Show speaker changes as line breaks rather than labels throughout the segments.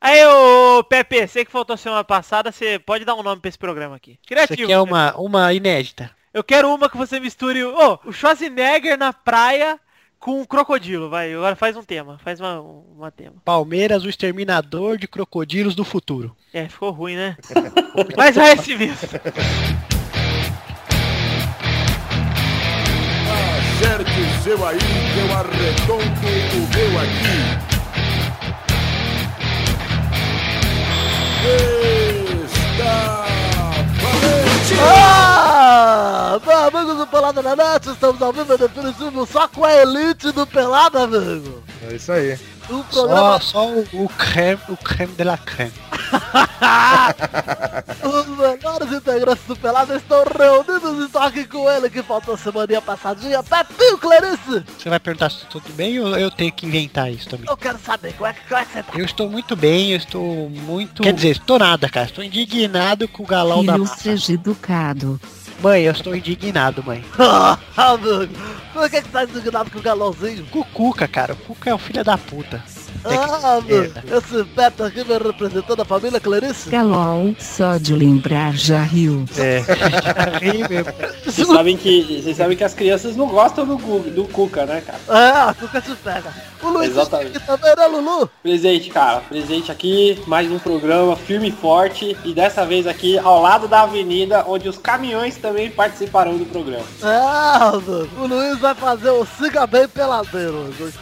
Aí, o PPC que faltou semana passada, você pode dar um nome pra esse programa aqui.
Isso
Criativo. né?
aqui é uma, uma inédita.
Eu quero uma que você misture o, ô, o Schwarzenegger na praia com um crocodilo, vai. Agora faz um tema, faz uma, uma tema.
Palmeiras, o exterminador de crocodilos do futuro.
É, ficou ruim, né? Mas vai esse mesmo.
Acerte o seu aí, que eu arredondo o meu aqui. Está valente!
Ah, amigos do Pelada na Net, estamos ao vivo e definitivo só com a elite do Pelada, amigo.
É isso aí.
Um programa,
Só, só o, o creme, o creme de la creme.
os melhores integrantes do Pelada estão reunidos e só aqui com ele que faltou semana passadinha, Pepinho Clarice.
Você vai perguntar se tudo bem ou eu tenho que inventar isso também?
Eu quero saber, como é que, como é que você tá?
Eu estou muito bem, eu estou muito... Quer dizer, estou nada, cara. Estou indignado com o galão da
Filho
massa.
seja educado.
Mãe, eu estou indignado, mãe.
Ah, amigo, por que que tá indignado com o galãozinho?
Com o Cuca, cara. O Cuca é o filho da puta.
Ah, amigo,
merda.
esse Pepe aqui vem representando a família Clarice.
Galol, só de lembrar já riu.
É. Ri mesmo.
Vocês sabem que, vocês sabem que as crianças não gostam do, Gu- do Cuca, né, cara?
Ah, nunca te pega. O Luiz
Exatamente.
aqui também, né, Lulu?
Presente, cara. Presente aqui, mais um programa firme e forte. E dessa vez aqui ao lado da avenida, onde os caminhões também participarão do programa.
Ah, mano, o Luiz vai fazer o Siga Bem Peladeiro. mano.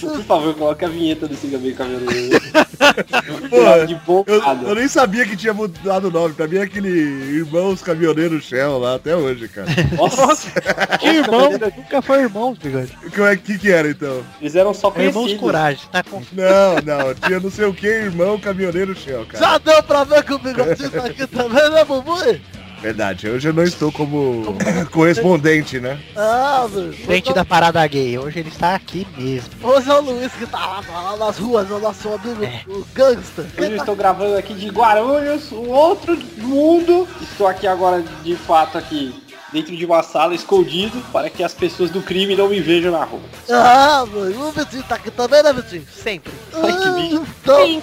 Por favor, coloque a vinheta do Siga Bem Caminhoneiro.
Pô,
de
Eu,
bocado.
eu nem sabia que tinha mudado o nome. Pra mim é aquele Irmãos Caminhoneiros Shell lá até hoje, cara.
Nossa,
Que irmão? Nunca foi irmão, bigode.
Como é que, que era então?
eles eram só
É irmãos
conhecidos.
coragem. Tá com...
Não, não, tinha não sei o que, irmão caminhoneiro Shell, cara.
Já deu pra ver que o bigodinho tá aqui também, né, Bumbu?
Verdade, hoje eu não estou como correspondente, né?
Ah, mano.
Frente da parada gay. Hoje ele está aqui mesmo.
Hoje é o Luiz que tá lá, tá lá nas ruas, é o nosso amigo, o gangster.
Hoje eu estou gravando aqui de Guarulhos, um outro mundo. Estou aqui agora, de fato, aqui dentro de uma sala, escondido, para que as pessoas do crime não me vejam na rua.
Ah, mano, o Vitinho tá aqui também, né, Vitinho? Sempre.
Ai, que lindo.
então,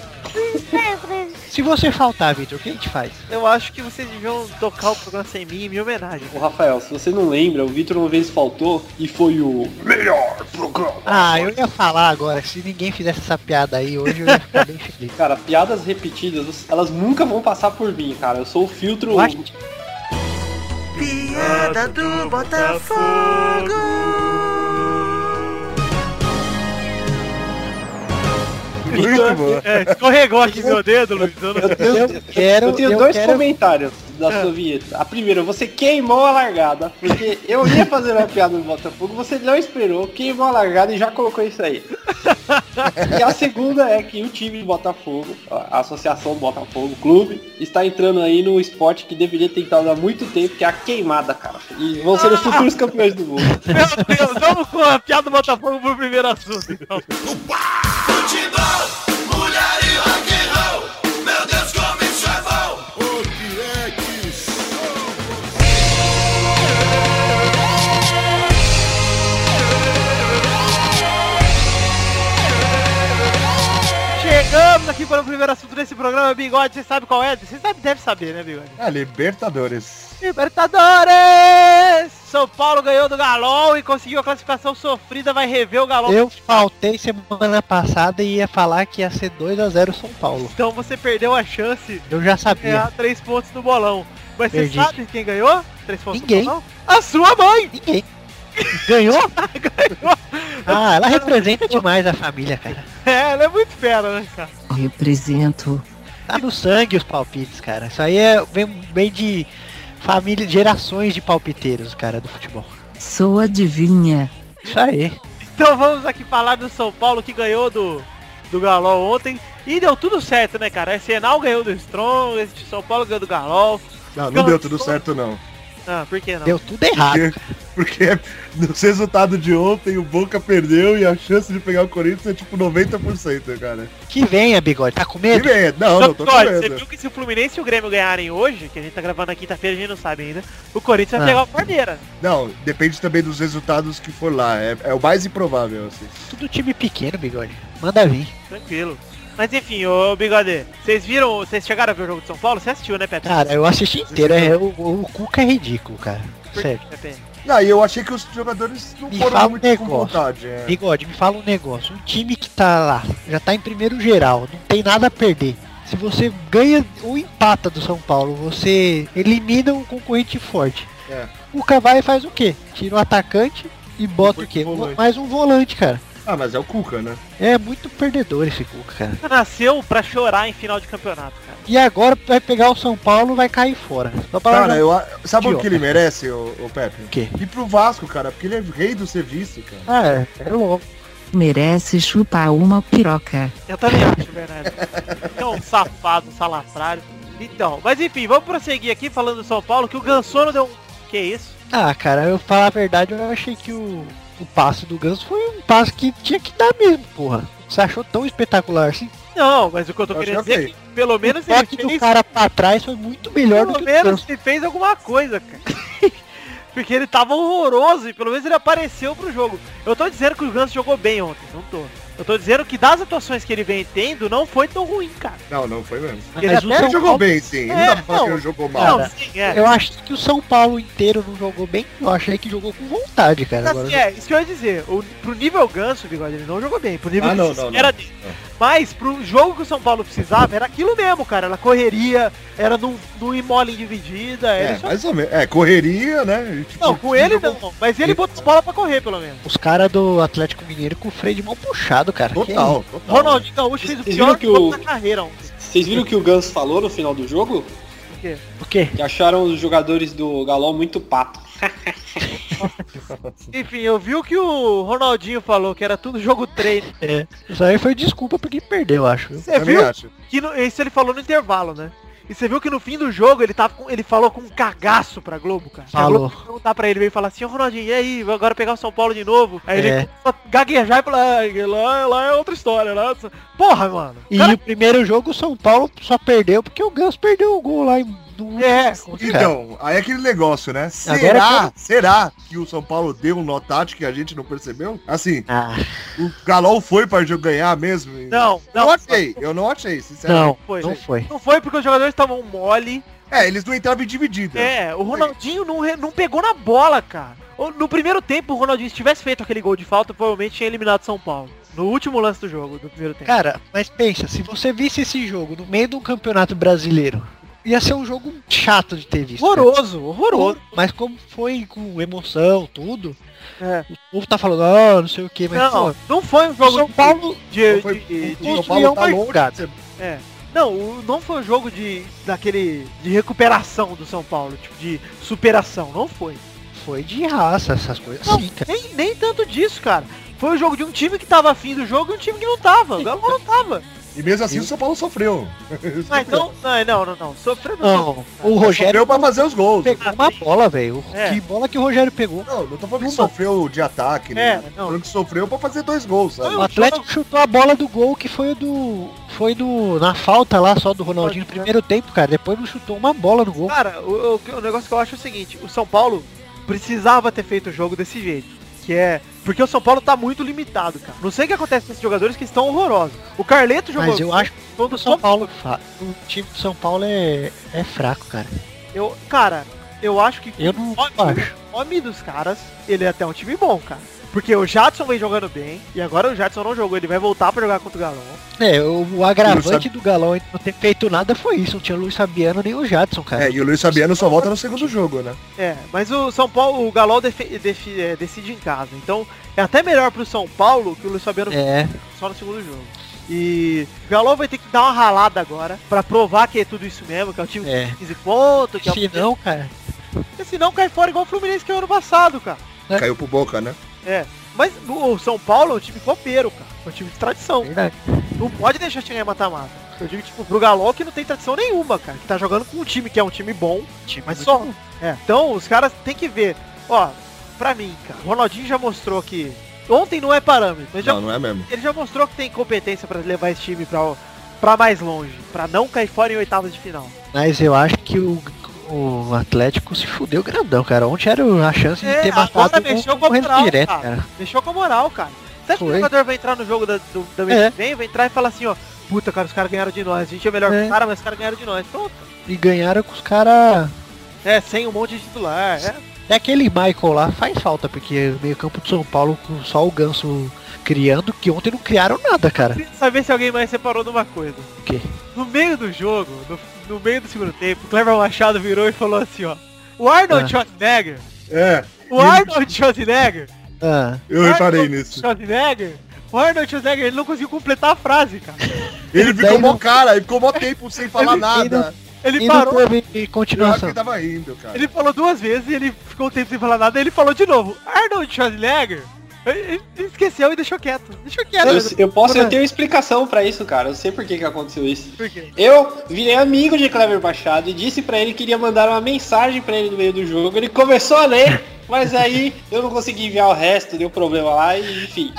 Se você faltar, Vitor, o que a gente faz?
Eu acho que vocês deviam tocar o programa sem mim em minha homenagem.
Ô Rafael, se você não lembra, o Vitor uma vez faltou e foi o melhor programa.
Ah, eu ia falar agora. Se ninguém fizesse essa piada aí hoje, eu ia ficar bem feliz.
Cara, piadas repetidas, elas nunca vão passar por mim, cara. Eu sou o filtro.
Eu acho
piada do Botafogo.
Muito bom.
É, escorregou aqui meu dedo, Luiz. Eu não-
Eu tenho, eu
quero-
tenho
eu
dois
quero- Ah.
comentários da sua vinheta. A primeira, você queimou a largada, porque eu ia fazer uma piada do Botafogo, você não esperou, queimou a largada e já colocou isso aí. E a segunda é que o time do Botafogo, a Associação Botafogo Clube, está entrando aí num esporte que deveria ter entrado há muito tempo, que é a queimada, cara. E vão ser os futuros campeões do mundo.
Meu Deus, vamos com a piada do Botafogo pro primeiro assunto, então.
Futebol, mulher e rock and roll. Meu Deus, como isso é bom. O que é que
Chegamos aqui para o primeiro assunto desse programa, Bigode. Você sabe qual é? Você sabe, deve saber, né, Bigode?
Ah, Libertadores.
Libertadores! São Paulo ganhou do Galol e conseguiu a classificação sofrida. Vai rever o Galol.
Eu faltei semana passada e ia falar que ia ser 2x0 São Paulo.
Então você perdeu a chance
Eu já
de
sabia.
ganhar três pontos no bolão. Mas você
É. Perdi.
sabe quem ganhou? Três pontos
Ninguém.
no bolão? A sua mãe!
Ninguém. É. Ganhou? Ah, ela representa demais a família, cara.
É, ela é muito fera, né, cara?
Represento.
Tá no sangue os palpites, cara. Isso aí é vem, vem de família, gerações de palpiteiros, cara, do futebol.
Sou adivinha.
Isso aí.
Então vamos aqui falar do São Paulo que ganhou do, do Galol ontem. E deu tudo certo, né, cara? Arsenal ganhou do Strong, esse São Paulo ganhou do Galol.
Não, não deu tudo certo não.
Ah, por que não?
Deu tudo errado.
Porque Porque nos resultados de ontem o Boca perdeu e a chance de pegar o Corinthians é tipo 90%, cara.
Que venha, bigode. Tá com
E
medo?
bem, não,
Só
não
que,
tô
olha, você
comendo.
viu que se o Fluminense e o Grêmio ganharem hoje, que a gente tá gravando na quinta-feira, a gente não sabe ainda, o Corinthians vai
É.
Ah.
pegar o Palmeiras.
Não, depende também dos resultados que for lá. É, é o mais improvável, assim.
Tudo time pequeno, bigode. Manda vir.
Tranquilo. Mas enfim, ô Bigode, vocês viram, vocês chegaram a ver o jogo de São Paulo? Você assistiu, né,
Ah,
Pepe?
Cara, eu assisti inteiro. É, o, o Cuca é ridículo, cara.
Por quê,
Sério.
Pepe?
Não, e eu achei que os jogadores não
Me
foram
fala um
muito com
negócio.
vontade. é.
Bigode, me fala um negócio. Um time que tá lá, já tá em primeiro geral, não tem nada a perder. Se você ganha ou empata do São Paulo, você elimina um concorrente forte.
É.
O Cuca vai e faz o quê? Tira o atacante e bota o quê?
um
Um-
volante.
mais um volante, cara.
Ah, mas é o Cuca, né?
É muito perdedor esse Cuca, cara.
Nasceu pra chorar em final de campeonato, cara.
E agora vai pegar o São Paulo e vai cair fora. Só pra
Cara, eu, a- sabe o
Idiota.
que ele merece, o, Pepe?
O quê?
Ir pro Vasco, cara, porque ele é rei do serviço, cara.
Ah, é, é louco.
merece chupar uma piroca.
Eu também acho, Bernardo. É um safado, um salafrário. Então, mas enfim, vamos prosseguir aqui falando do São Paulo, que o Gansono deu um... Que isso?
Ah, cara, eu falar a verdade, eu achei que o, o passe do Ganso foi um passe que tinha que dar mesmo, porra. Você achou tão espetacular assim?
Não, mas o que eu tô
Eu
querendo
achei
dizer é que pelo
O
menos ele
toque do
fez,
cara pra trás foi muito melhor do
pelo
que o Ganso.
menos ele fez alguma coisa, cara. Porque ele tava horroroso e pelo menos ele apareceu pro jogo. Eu tô dizendo que o Ganso jogou bem ontem, não tô. Eu tô dizendo que das atuações que ele vem tendo, não foi tão ruim, cara.
Não, não foi mesmo.
Mas
Ele é
o
até
Ele
São
jogou
Paulo-
bem, sim.
É,
não dá pra falar que
não.
ele jogou mal. né?
Não,
Cara,
sim, é.
Eu acho que o São Paulo inteiro não jogou bem. Eu achei que jogou com vontade, cara.
Mas,
Agora,
é, isso que eu ia dizer. O, pro nível ganso, Bigode, ele não jogou bem. Pro nível
Ah,
que
não,
se
não,
espera
não.
dele. Mas pro jogo que o São Paulo precisava, era aquilo mesmo, cara. Era correria, era num, num imola em dividida.
É,
ele só-
mais ou menos. É, correria, né? E, tipo,
Não, com ele
jogou
não. Mas ele botou bola pra correr, pelo menos.
Os caras do Atlético Mineiro com o freio de mão puxado, cara. Que é
Total, total.
Ronaldinho Gaúcho fez o
Vocês
pior
viram que
jogo
o-
da carreira. ontem.
Vocês viram o que o Ganso falou no final do jogo?
isso? O quê?
Que acharam os jogadores do Galol muito pato.
Enfim, eu vi o que o Ronaldinho falou, que era tudo jogo treino.
É, isso aí foi desculpa porque perdeu, eu acho.
Você
Também
viu
acho.
que no- isso ele falou no intervalo, né? E você viu que no fim do jogo ele, tava com- ele falou com um cagaço pra Globo, cara. A
Falou.
Globo foi perguntar pra ele, veio falar assim, ô Ronaldinho, e aí, vou agora pegar o São Paulo de novo? Aí ele
É.
começou a gaguejar e falou, "Ah, lá, lá é outra história, lá... é outra- Porra, mano.
E
Cara,
o primeiro jogo o São Paulo só perdeu porque o Ganso perdeu o gol lá em do
É,
cara.
Então, aí é aquele negócio, né?
Agora
Será, será que o São Paulo deu um notate que a gente não percebeu? Assim,
Ah,
o Galol foi pra jo- ganhar mesmo?
Não,
Eu
não.
não achei, eu não achei, sinceramente.
não,
foi.
não foi.
Não foi porque os jogadores estavam mole.
É, eles não entravam em dividida.
É, o Ronaldinho não, re- não pegou na bola, cara. O- No primeiro tempo, o Ronaldinho, se tivesse feito aquele gol de falta, provavelmente tinha eliminado São Paulo. No último lance do jogo, do primeiro tempo.
Cara, mas pensa, se você visse esse jogo no meio de um campeonato brasileiro, ia ser um jogo chato de ter visto. cara.
É Horroroso, horroroso.
Mas como foi com emoção, tudo,
É.
o povo tá falando, ah, não sei o que, mas
Não,
pô,
não foi um
o
jogo
São Paulo
de,
Não foi-
de- de-
o São
construiu
Paulo tá
uma
longe
jogada.
de ser
É. Não, o- não foi um jogo de daquele de recuperação do São Paulo, tipo de superação, não foi.
foi de raça, essas coisas.
Não,
Sim, cara.
nem, nem tanto disso, cara. Foi um jogo de um time que tava afim do jogo e um time que não tava. O Galo não tava.
E mesmo assim o São Paulo sofreu.
Ah, então, não, não, não, não. Sofreu não.
Não, o Rogério
Sofreu pra fazer os gols.
pegou uma bola, velho.
É.
Que bola que o Rogério pegou.
Não, não tô falando que
Uma.
sofreu de ataque, né?
É,
Tô
não.
falando que sofreu pra fazer dois gols, sabe?
Foi
O Atlético chutou a bola do gol que foi do. Foi do. Na falta lá só do Ronaldinho no primeiro tempo, cara. Depois não chutou uma bola no gol.
Cara, o, o- o negócio que eu acho é o seguinte, o São Paulo precisava ter feito o jogo desse jeito. Que é. Porque o São Paulo tá muito limitado, cara. Não sei o que acontece com esses jogadores que estão horrorosos. O Carleto jogou.
Mas eu acho que o
todo
São Paulo. fa- O time do São Paulo é, é fraco, cara.
Eu, cara, eu acho que
Eu não
Ótimo.
acho.
o nome dos caras, ele é até um time bom, cara. Porque o Jadson vem jogando bem, e agora o Jadson não jogou, ele vai voltar pra jogar contra o Galão.
É, o, o agravante do Galão em não ter feito nada foi isso. Não tinha o Luiz Sabiano nem o Jadson, cara.
É, e o Luiz Fabiano só volta no segundo jogo, né?
É, mas o São Paulo, o Galol defe- defi- é, decide em casa. Então, é até melhor pro São Paulo que o Luiz Fabiano
É,
só no segundo jogo. E o Galo vai ter que dar uma ralada agora pra provar que é tudo isso mesmo, que é o time
É.
com 15 pontos, que é o
se não, cara.
Porque senão cai fora igual o Fluminense que é o ano passado, cara.
É.
Caiu pro Boca, né?
É. Mas o São Paulo é um time copeiro, cara. É um time de tradição.
Verdade.
Não pode deixar chegar em mata-mata. Eu digo, tipo, pro Galo que não tem tradição nenhuma, cara. Que tá jogando com um time que é um time bom,
Time
mas
muito
só. É. Então os caras têm que ver. Ó, pra mim, cara, o Ronaldinho já mostrou que. Ontem não é parâmetro, mas já
Não, não é mesmo.
ele já mostrou que tem competência pra levar esse time pra, pra mais longe, pra não cair fora em oitavas de final.
Mas eu acho que o, o Atlético se fudeu grandão, cara. Ontem era a chance de
É,
ter
agora
matado
mexeu
o
com a
concorrente
moral,
direto,
cara.
cara.
Deixou com a moral, cara. Você acha que o
Foi.
jogador vai entrar no jogo da, do, da mês
É.
que vem, vai entrar e falar assim, ó, puta, cara, os caras ganharam de nós, a gente é melhor que
É.
os caras, mas os caras ganharam de nós. Pronto.
E ganharam com os caras.
É, sem um monte de titular, é.
Até aquele Michael lá faz falta, porque o meio-campo de São Paulo com só o ganso criando, que ontem não criaram nada, cara.
Queria saber se alguém mais separou de uma coisa. O
quê?
No meio do jogo, no, no meio do segundo tempo, o Cleber Machado virou e falou assim, ó. O Arnold
Ah.
Schwarzenegger,
É,
o Arnold Schwarzenegger,
Ah,
eu
Arnold
reparei nisso.
Schwarzenegger, o Arnold Schwarzenegger, ele não conseguiu completar a frase, cara.
Ele ficou
Daí não-
mó cara, ele ficou mó tempo sem falar
Ele-
nada.
Ele
e
parou,
não teve
Eu acho que
continuação.
ele tava rindo, cara.
ele falou duas vezes, ele ficou um tempo sem falar nada, e ele falou de novo, Arnold Schwarzenegger, ele ele esqueceu e deixou quieto, deixou quieto.
Eu, eu posso, eu
Por
tenho explicação pra isso, cara. Eu sei por que, que aconteceu isso.
quê?
Eu virei amigo de Cleber Machado e disse pra ele que iria mandar uma mensagem pra ele no meio do jogo. Ele começou a ler, mas aí eu não consegui enviar o resto, deu problema lá e enfim.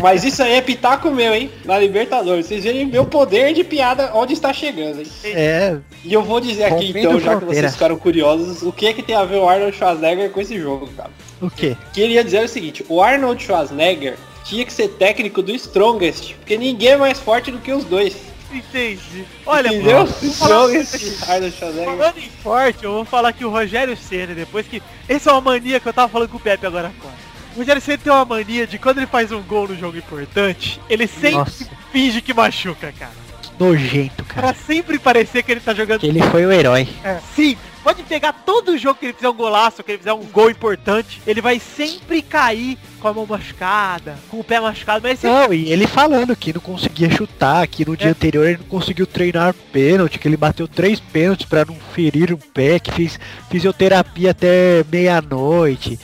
mas isso aí é pitaco meu, hein? Na Libertadores. Vocês veem meu poder de piada onde está chegando, hein?
É,
E eu vou dizer aqui
Convido
então, já que
fronteira.
vocês ficaram curiosos, o que é que tem a ver o Arnold Schwarzenegger com esse jogo, cara?
o quê?
Queria dizer o seguinte, o Arnold Schwarzenegger tinha que ser técnico do Strongest, porque ninguém é mais forte do que os dois.
Entendi. Olha,
entendeu?
mano, assim. vou falar um pra
Strongest,
vocês.
Arnold Schwarzenegger.
Falando em forte, eu vou falar que o Rogério Senna, depois que. Essa é uma mania que eu tava falando com o Pepe agora fora. O Rogério Senna tem uma mania de quando ele faz um gol no jogo importante, ele sempre
Nossa.
finge que machuca, cara.
Nojento, cara.
Pra sempre parecer que ele tá jogando.
Que ele foi o herói.
É. Sim, pode pegar todo jogo que ele fizer um golaço, que ele fizer um gol importante, ele vai sempre cair com a mão machucada, com o pé machucado, mas ele sempre
Não, e ele falando que não conseguia chutar, que no dia anterior ele não conseguiu treinar pênalti, que ele bateu três pênaltis pra não ferir um pé, que fez fisioterapia até meia-noite.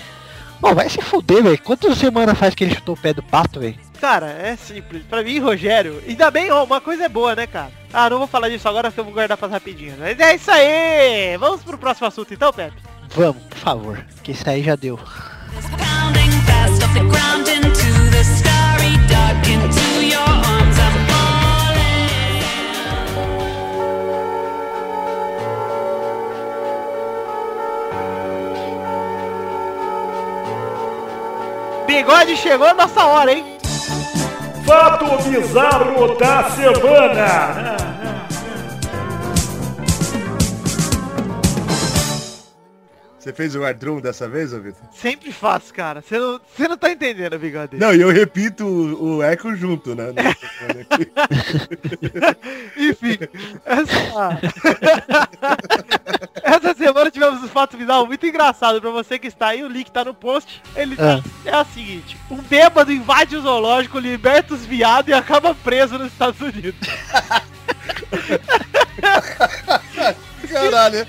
Bom, vai se fuder, velho. Quantas semanas faz que ele chutou o pé do pato, velho?
Cara, é simples. Pra mim, Rogério, ainda bem, ó, uma coisa é boa, né, cara? Ah, não vou falar disso agora porque eu vou guardar pras rapidinhas. Mas é isso aí! Vamos pro próximo assunto então, Pepe?
Vamos, por favor, que isso aí já deu.
Pounding fast off the ground into the starry dark, into your arms I'm falling.
Bigode chegou a nossa hora, hein?
Fato bizarro da semana.
Você fez o guardrum dessa vez, ô Vitor?
Sempre faço, cara. Você não, você não tá entendendo, Bigode.
Não, e eu repito o, o eco junto, né? No-
Enfim, essa... essa semana tivemos um fato final muito engraçado pra você que está aí, o link tá no post. Ele
Ah.
é a seguinte, um bêbado invade o zoológico, liberta os viados e acaba preso nos Estados Unidos.
Caralho.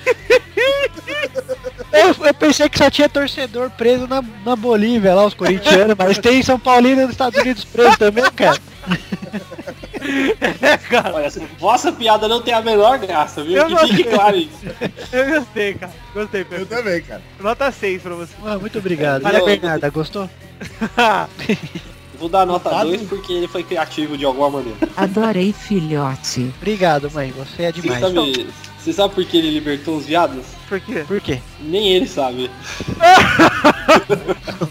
Eu, eu pensei que só tinha torcedor preso na, na Bolívia lá, os corintianos, mas tem São Paulino nos Estados Unidos preso também, cara.
É, cara.
Olha, essa vossa piada não tem a menor graça, viu?
Eu
que fique
gostei.
claro isso.
Eu gostei, cara. Gostei,
Eu
Pedro.
também, cara.
Nota 6 pra você.
Ah, muito obrigado.
Valeu.
Olha, Bernarda, gostou?
Vou dar nota 2 porque ele foi criativo de alguma maneira.
Adorei, filhote.
Obrigado, mãe. Você é
Você
demais.
sabe, você sabe por que ele libertou os viados?
Por quê?
Por quê?
Nem ele sabe.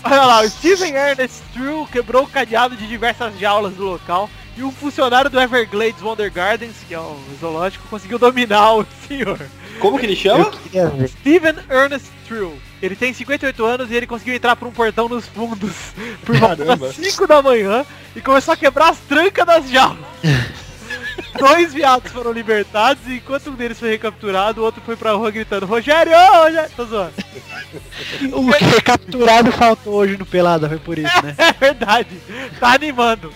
Olha lá, o Steven Ernest Drew quebrou o cadeado de diversas jaulas do local e um funcionário do Everglades Wonder Gardens, que é o zoológico, conseguiu dominar o senhor.
Como que ele chama?
Queria ver.
Steven Ernest Drew. Ele tem 58 anos e ele conseguiu entrar por um portão nos fundos por volta
Caramba.
das 5 da manhã e começou a quebrar as trancas das jaulas. Dois viados foram libertados e enquanto um deles foi recapturado, o outro foi pra rua gritando Rogério, ô, Rogério! Tô zoando.
O que foi capturado faltou hoje no Pelada, foi por isso, né?
É verdade, tá animando.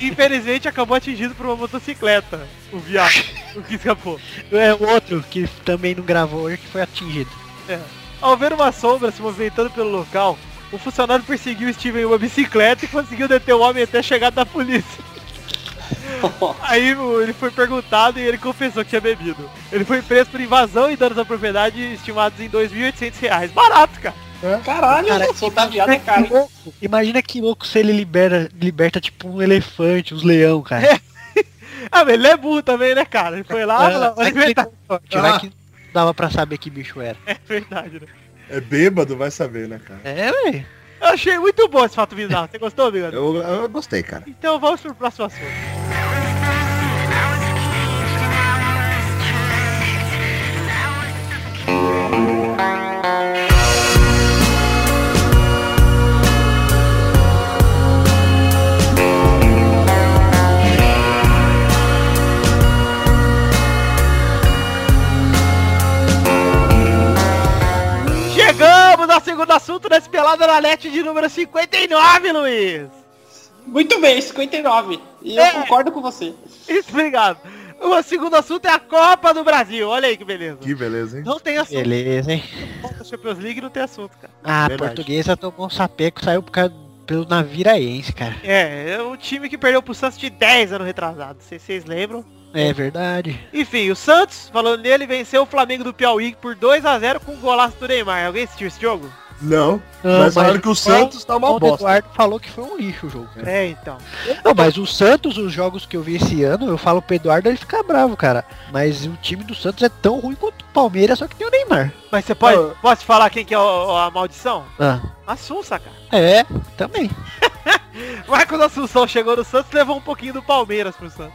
Infelizmente acabou atingido por uma motocicleta, o viado, o que escapou.
É o outro que também não gravou hoje que foi atingido.
Ao ver uma sombra se movimentando pelo local, o funcionário perseguiu o Steven em uma bicicleta e conseguiu deter o homem até a chegada da polícia. Aí o- ele foi perguntado e ele confessou que tinha bebido. Ele foi preso por invasão e danos à propriedade estimados em R$ 2.800 reais. Barato, cara.
Caralho,
Cara,
cara, soltar viado é caro. hein?
Imagina que louco se ele libera, liberta tipo um elefante, uns leão, cara.
Ah, mas ele é burro também, né, cara? Ele foi lá, falou, vai
vai que
inventar.
tem sorte, vai que não dava pra saber que bicho era.
É verdade, né?
É bêbado, vai saber, né, cara?
É, ué.
Eu achei muito bom esse fato bizarro. Você gostou, Bigode?
Eu, eu gostei, cara.
Então vamos pro próximo assunto. Chegamos ao segundo assunto desse Pelada na Net de número 59, Luiz.
Muito bem, 59. E
É.
eu concordo com você.
Isso, obrigado. O segundo assunto é a Copa do Brasil. Olha aí que beleza.
Que beleza, hein?
Não tem assunto.
Beleza, hein?
A Champions League não tem assunto, cara.
Ah, a
Verdade.
portuguesa tomou um sapeco, saiu por causa pelo Naviraense, cara.
É, é um time que perdeu pro Santos de 10 anos retrasado. Não sei se vocês lembram.
É verdade.
Enfim, o Santos, falando nele, venceu o Flamengo do Piauí por 2 a 0 com o golaço do Neymar. Alguém assistiu esse jogo?
Não.
Não,
mas falaram
Ah, mas
que o Santos tá uma
o
bosta.
Eduardo falou que foi um lixo o jogo. cara.
É, então.
Não, mas o Santos, os jogos que eu vi esse ano, eu falo pro Eduardo, ele fica bravo, cara. Mas o time do Santos é tão ruim quanto o Palmeiras, só que tem o Neymar.
Mas você pode. Posso te falar quem que é o- a maldição?
Ah,
Assunção, cara.
é, também.
Marcos Assunção chegou no Santos levou um pouquinho do Palmeiras pro Santos.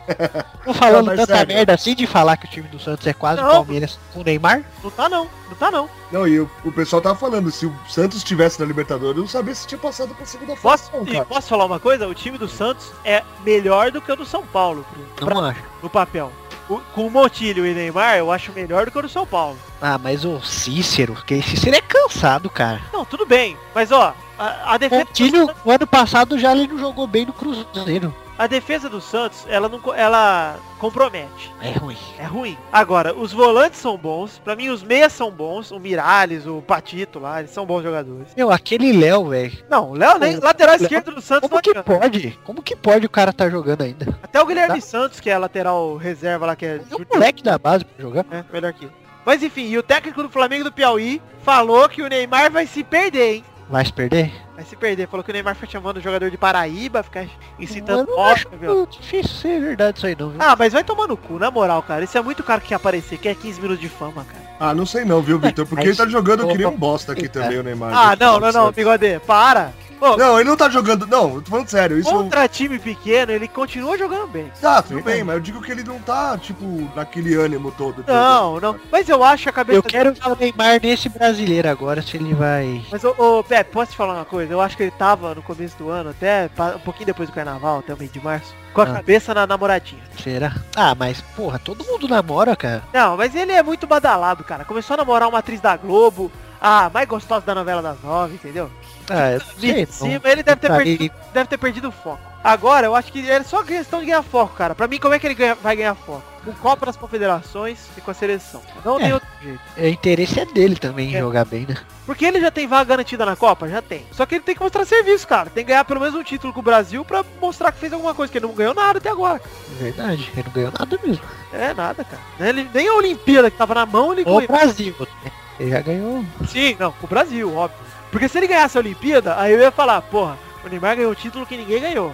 Tô falando
Não, mas
tanta
sério.
merda assim de falar que o time do Santos é quase
Não.
o Palmeiras com o Neymar.
Não tá não, não tá não.
Não, e o, o pessoal tava falando, se o Santos tivesse na Libertadores, eu não sabia se tinha passado pra segunda fase.
Posso,
não,
e
cara.
posso falar uma coisa? O time do Santos é melhor do que o do São Paulo, pro-
Não é. acho.
no papel. O- com o Montilho e Neymar, eu acho melhor do que o do São Paulo.
Ah, mas o Cícero, que esse Cícero é cansado, cara.
Não, tudo bem. Mas ó, a, a defesa. do
Montilho, o ano passado já ele não jogou bem no Cruzeiro.
A defesa do Santos, ela não co- ela compromete.
É ruim.
É ruim. Agora, os volantes são bons. Pra mim, os meias são bons. O Miralles, o Patito lá, eles são bons jogadores.
Meu, aquele Léo, velho.
Não, o Léo, nem-
Ô,
lateral
Léo,
esquerdo do Santos, não
Como que
adianta.
pode? Como que pode o cara tá jogando ainda?
Até o Guilherme Santos, que é lateral reserva lá, que é,
Tem um
júnior,
moleque da base pra jogar.
né, melhor que ele. Mas enfim, e o técnico do Flamengo do Piauí falou que o Neymar vai se perder, hein?
Vai se perder?
Vai se perder. Falou que o Neymar foi chamando o jogador de Paraíba, ficar
Eu
incitando
não
óbvio, viu?
Pô, Difícil ser verdade isso aí não, viu?
Ah, mas vai tomar no cu, na moral, cara. Isso é muito caro que aparecer, que é 15 minutos de fama, cara.
Ah, não sei não, viu, Vitor? Porque
Mas-
ele tá jogando que nem um
Opa.
bosta aqui
Eita.
também, o Neymar.
Ah,
Vou
não,
falar
não,
pra
não,
você.
Bigode, para. Pô,
Não, ele não tá jogando. Não, eu tô falando sério. Isso
contra time pequeno, ele continua jogando bem.
Tá, tudo bem, mas eu digo que ele não tá, tipo, naquele ânimo todo.
Não, não. Mas eu acho a cabeça
Eu quero ver o Neymar nesse brasileiro agora, se ele vai...
Mas, ô, ô Pepe, posso te falar uma coisa? Eu acho que ele tava no começo do ano, até pa- um pouquinho depois do carnaval, até o meio de março, com a
Ah.
cabeça na namoradinha.
Será? Ah, mas, porra, todo mundo namora, cara.
Não, mas ele é muito badalado, cara. Começou a namorar uma atriz da Globo, a mais gostosa da novela das nove, entendeu?
Ah, eu não sei,
Em
não.
cima, ele deve ter,
Tá
perdido,
ali-
deve ter perdido o foco. Agora, eu acho que é só questão de ganhar foco, cara. Pra mim, como é que ele ganha- vai ganhar foco? Com Copa das Confederações e com a seleção. Não
É.
tem outro jeito.
O interesse é dele também
É.
em jogar bem, né?
Porque ele já tem vaga garantida na Copa? Já tem. Só que ele tem que mostrar serviço, cara. Tem que ganhar pelo menos um título com o Brasil pra mostrar que fez alguma coisa, que ele não ganhou nada até agora. cara.
Verdade, ele não ganhou nada mesmo.
É, nada, cara. Ele- nem a Olimpíada que tava na mão, ele
O
ganhou.
Brasil, né? Ele já ganhou.
Sim, não, com o Brasil, óbvio. Porque se ele ganhasse a Olimpíada, aí eu ia falar, porra, o Neymar ganhou um título que ninguém ganhou.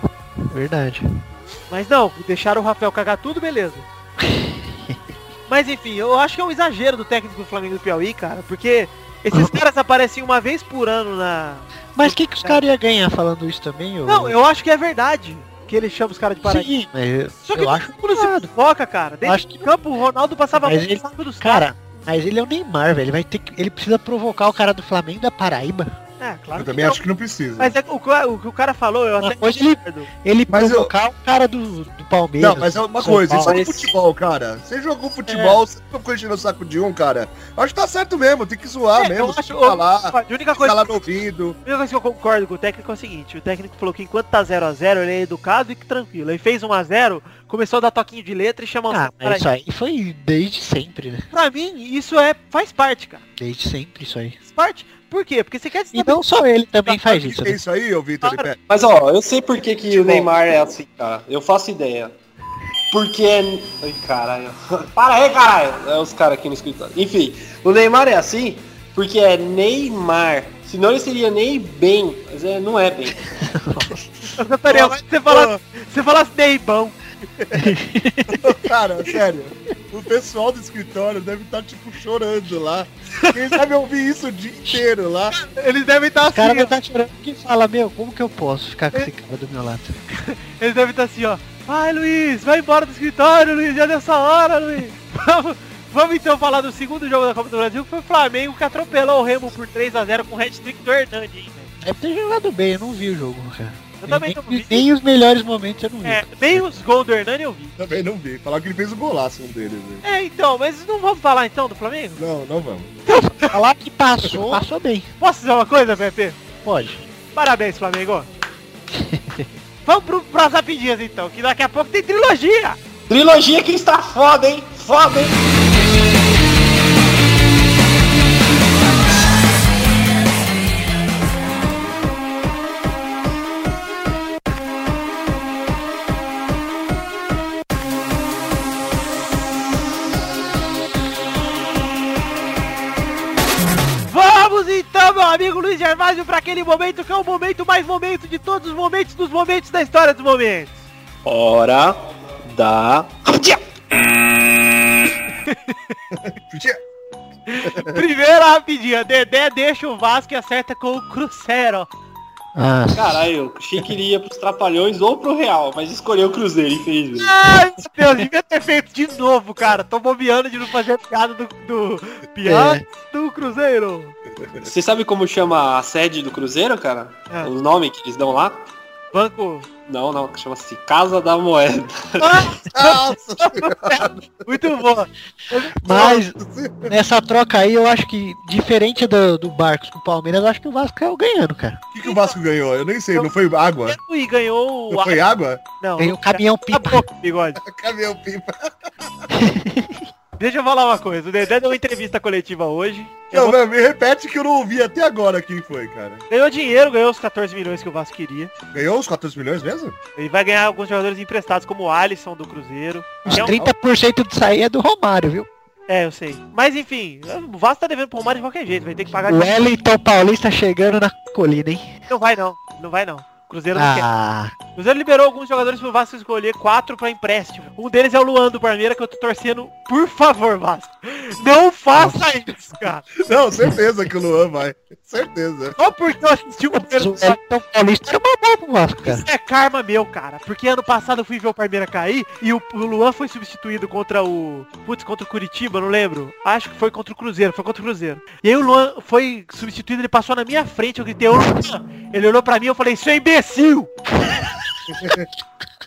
Verdade.
Mas não, deixaram o Rafael cagar tudo, beleza. Mas enfim, eu acho que é um exagero do técnico do Flamengo do Piauí, cara, porque esses caras aparecem uma vez por ano na.
Mas o que, que os caras iam ganhar falando isso também? ô?
Não, eu acho que é verdade que ele chama os caras de paraíba.
Sim, mas eu,
Só que
eu acho
Quando se
errado.
foca, cara, dentro
Acho
do
que
campo, o Ronaldo passava
Mas
muito
ele-
rápido dos caras.
Cara, mas ele é o Neymar, velho. Ele vai ter que. Ele precisa provocar o cara do Flamengo da Paraíba.
É, claro
Eu
que
também
não.
acho que não precisa.
Mas é, o, que- o que o cara falou, eu
Uma
até
coisa ele-
concordo.
Ele
Mas eu-
provocar o cara do, do Palmeiras.
Não, mas é uma
do São
coisa, isso
Paulo.
é do futebol, cara. Você jogou
É.
futebol, você fica enchendo o saco de um, cara. Acho que tá certo mesmo, tem que zoar
É,
Ah, mesmo,
eu acho-
ficar lá,
A única
ficar
coisa
lá no ouvido.
A única coisa que eu concordo com o técnico é o seguinte, o técnico falou que enquanto tá 0x0 ele é educado e que tranquilo. Aí fez 1x0, começou a dar toquinho de letra e chamou os
Ah,
caras.
mas isso aí foi desde sempre, né?
Pra mim, isso é. faz parte, cara.
Desde sempre isso aí.
Faz parte. Por quê? Porque você quer
E não só ele também faz isso,
É
né?
isso aí, ô Vitor e Pepe.
Mas ó, eu sei por que, que o Neymar é assim, cara. Eu faço ideia. Porque é. Ai, caralho. Para aí, caralho! É os caras aqui no escritório. Enfim, o Neymar é assim porque é Neymar. Senão ele seria nem bem, mas é, não é bem.
Ô, Nathaniel, se você falasse, se você assim, falasse Neibão,
Cara, sério. O pessoal do escritório deve estar, tipo, chorando lá. Quem sabe ouvir isso o dia inteiro lá.
eles devem estar
O cara
assim,
vai estar chorando porque fala, meu, como que eu posso ficar com esse cara do meu lado?
ó, eles devem estar assim, ó. Vai, Luiz, vai embora do escritório, Luiz, já dessa hora, Luiz. Vamos, vamos então falar do segundo jogo da Copa do Brasil, que foi o Flamengo que atropelou o Remo por 3x0 com o hat-trick do Hernandes, hein, velho.
É ter jogado bem, eu não vi o jogo, cara.
Eu também
nem,
não vi.
nem os melhores momentos eu não vi.
É, nem os gols do Hernandes eu vi.
Também não vi. Falar que ele fez o golaço um deles, velho.
É, então, mas não vamos falar então do Flamengo?
Não, não vamos.
Falar que passou, passou bem.
Posso dizer uma coisa, Pepe?
Pode.
Parabéns, Flamengo. Vamos pro, pras rapidinhas então, que daqui a pouco tem trilogia.
Trilogia que está foda, hein? Foda, hein?
Vamos então, meu amigo Luiz Gervásio, pra aquele momento que é o momento mais momento de todos os momentos dos momentos da história dos momentos.
Hora da.
Primeira rapidinha, Dedé deixa o Vasco e acerta com o Cruzeiro.
Ah,
Caralho, eu achei que ele ia pros Trapalhões ou pro Real, mas escolheu o Cruzeiro, infelizmente.
Ai, meu Deus, devia ter feito de novo, cara. Tô bobeando de não fazer piada do, do piada do Cruzeiro.
Você sabe como chama a sede do Cruzeiro, cara?
É.
O nome que eles dão lá?
Banco.
Não, não, chama-se Casa da Moeda.
Ah,
Nossa,
muito boa.
mas nessa troca aí eu acho que, diferente do, do Barcos com o Palmeiras, eu acho que o Vasco é o ganhando, cara.
o que, que o Vasco ganhou? Eu nem sei, não foi água?
E ganhou
Não
o...
foi água?
Não,
Tem o caminhão pipa.
Acabou com o bigode.
Caminhão pipa.
Deixa eu falar uma coisa. O Dedé deu uma entrevista coletiva hoje.
Não, mano, me repete que eu não ouvi até agora quem foi, cara.
Ganhou dinheiro, ganhou os 14 milhões que o Vasco queria.
Ganhou os 14 milhões mesmo?
Ele vai ganhar alguns jogadores emprestados, como o Alisson do Cruzeiro.
Uns
É, um-
30% disso aí é do Romário, viu?
é, eu sei. Mas enfim, o Vasco tá devendo pro Romário de qualquer jeito, vai ter que pagar
O
dinheiro.
Wellington Paulista chegando na colina, hein?
Não vai não, não vai não. O Cruzeiro não quer.
Ah,
O Cruzeiro liberou alguns jogadores pro Vasco escolher, quatro pra empréstimo. Um deles é o Luan do Palmeiras, que eu tô torcendo. Por favor, Vasco. Não faça isso, cara.
Não, certeza que o Luan vai. Certeza.
Só porque eu assisti o
mas
primeiro
o
tempo,
Wellington Paulista era uma boa pro Vasco, cara.
Isso é karma meu, cara. Porque ano passado eu fui ver o Palmeiras cair e o, o Luan foi substituído contra o. Putz, contra o Curitiba, não lembro. Acho que foi contra o Cruzeiro, foi contra o Cruzeiro. E aí o Luan foi substituído, ele passou na minha frente, eu gritei, ô Luan. Ele olhou pra mim e eu falei, seu imbecil!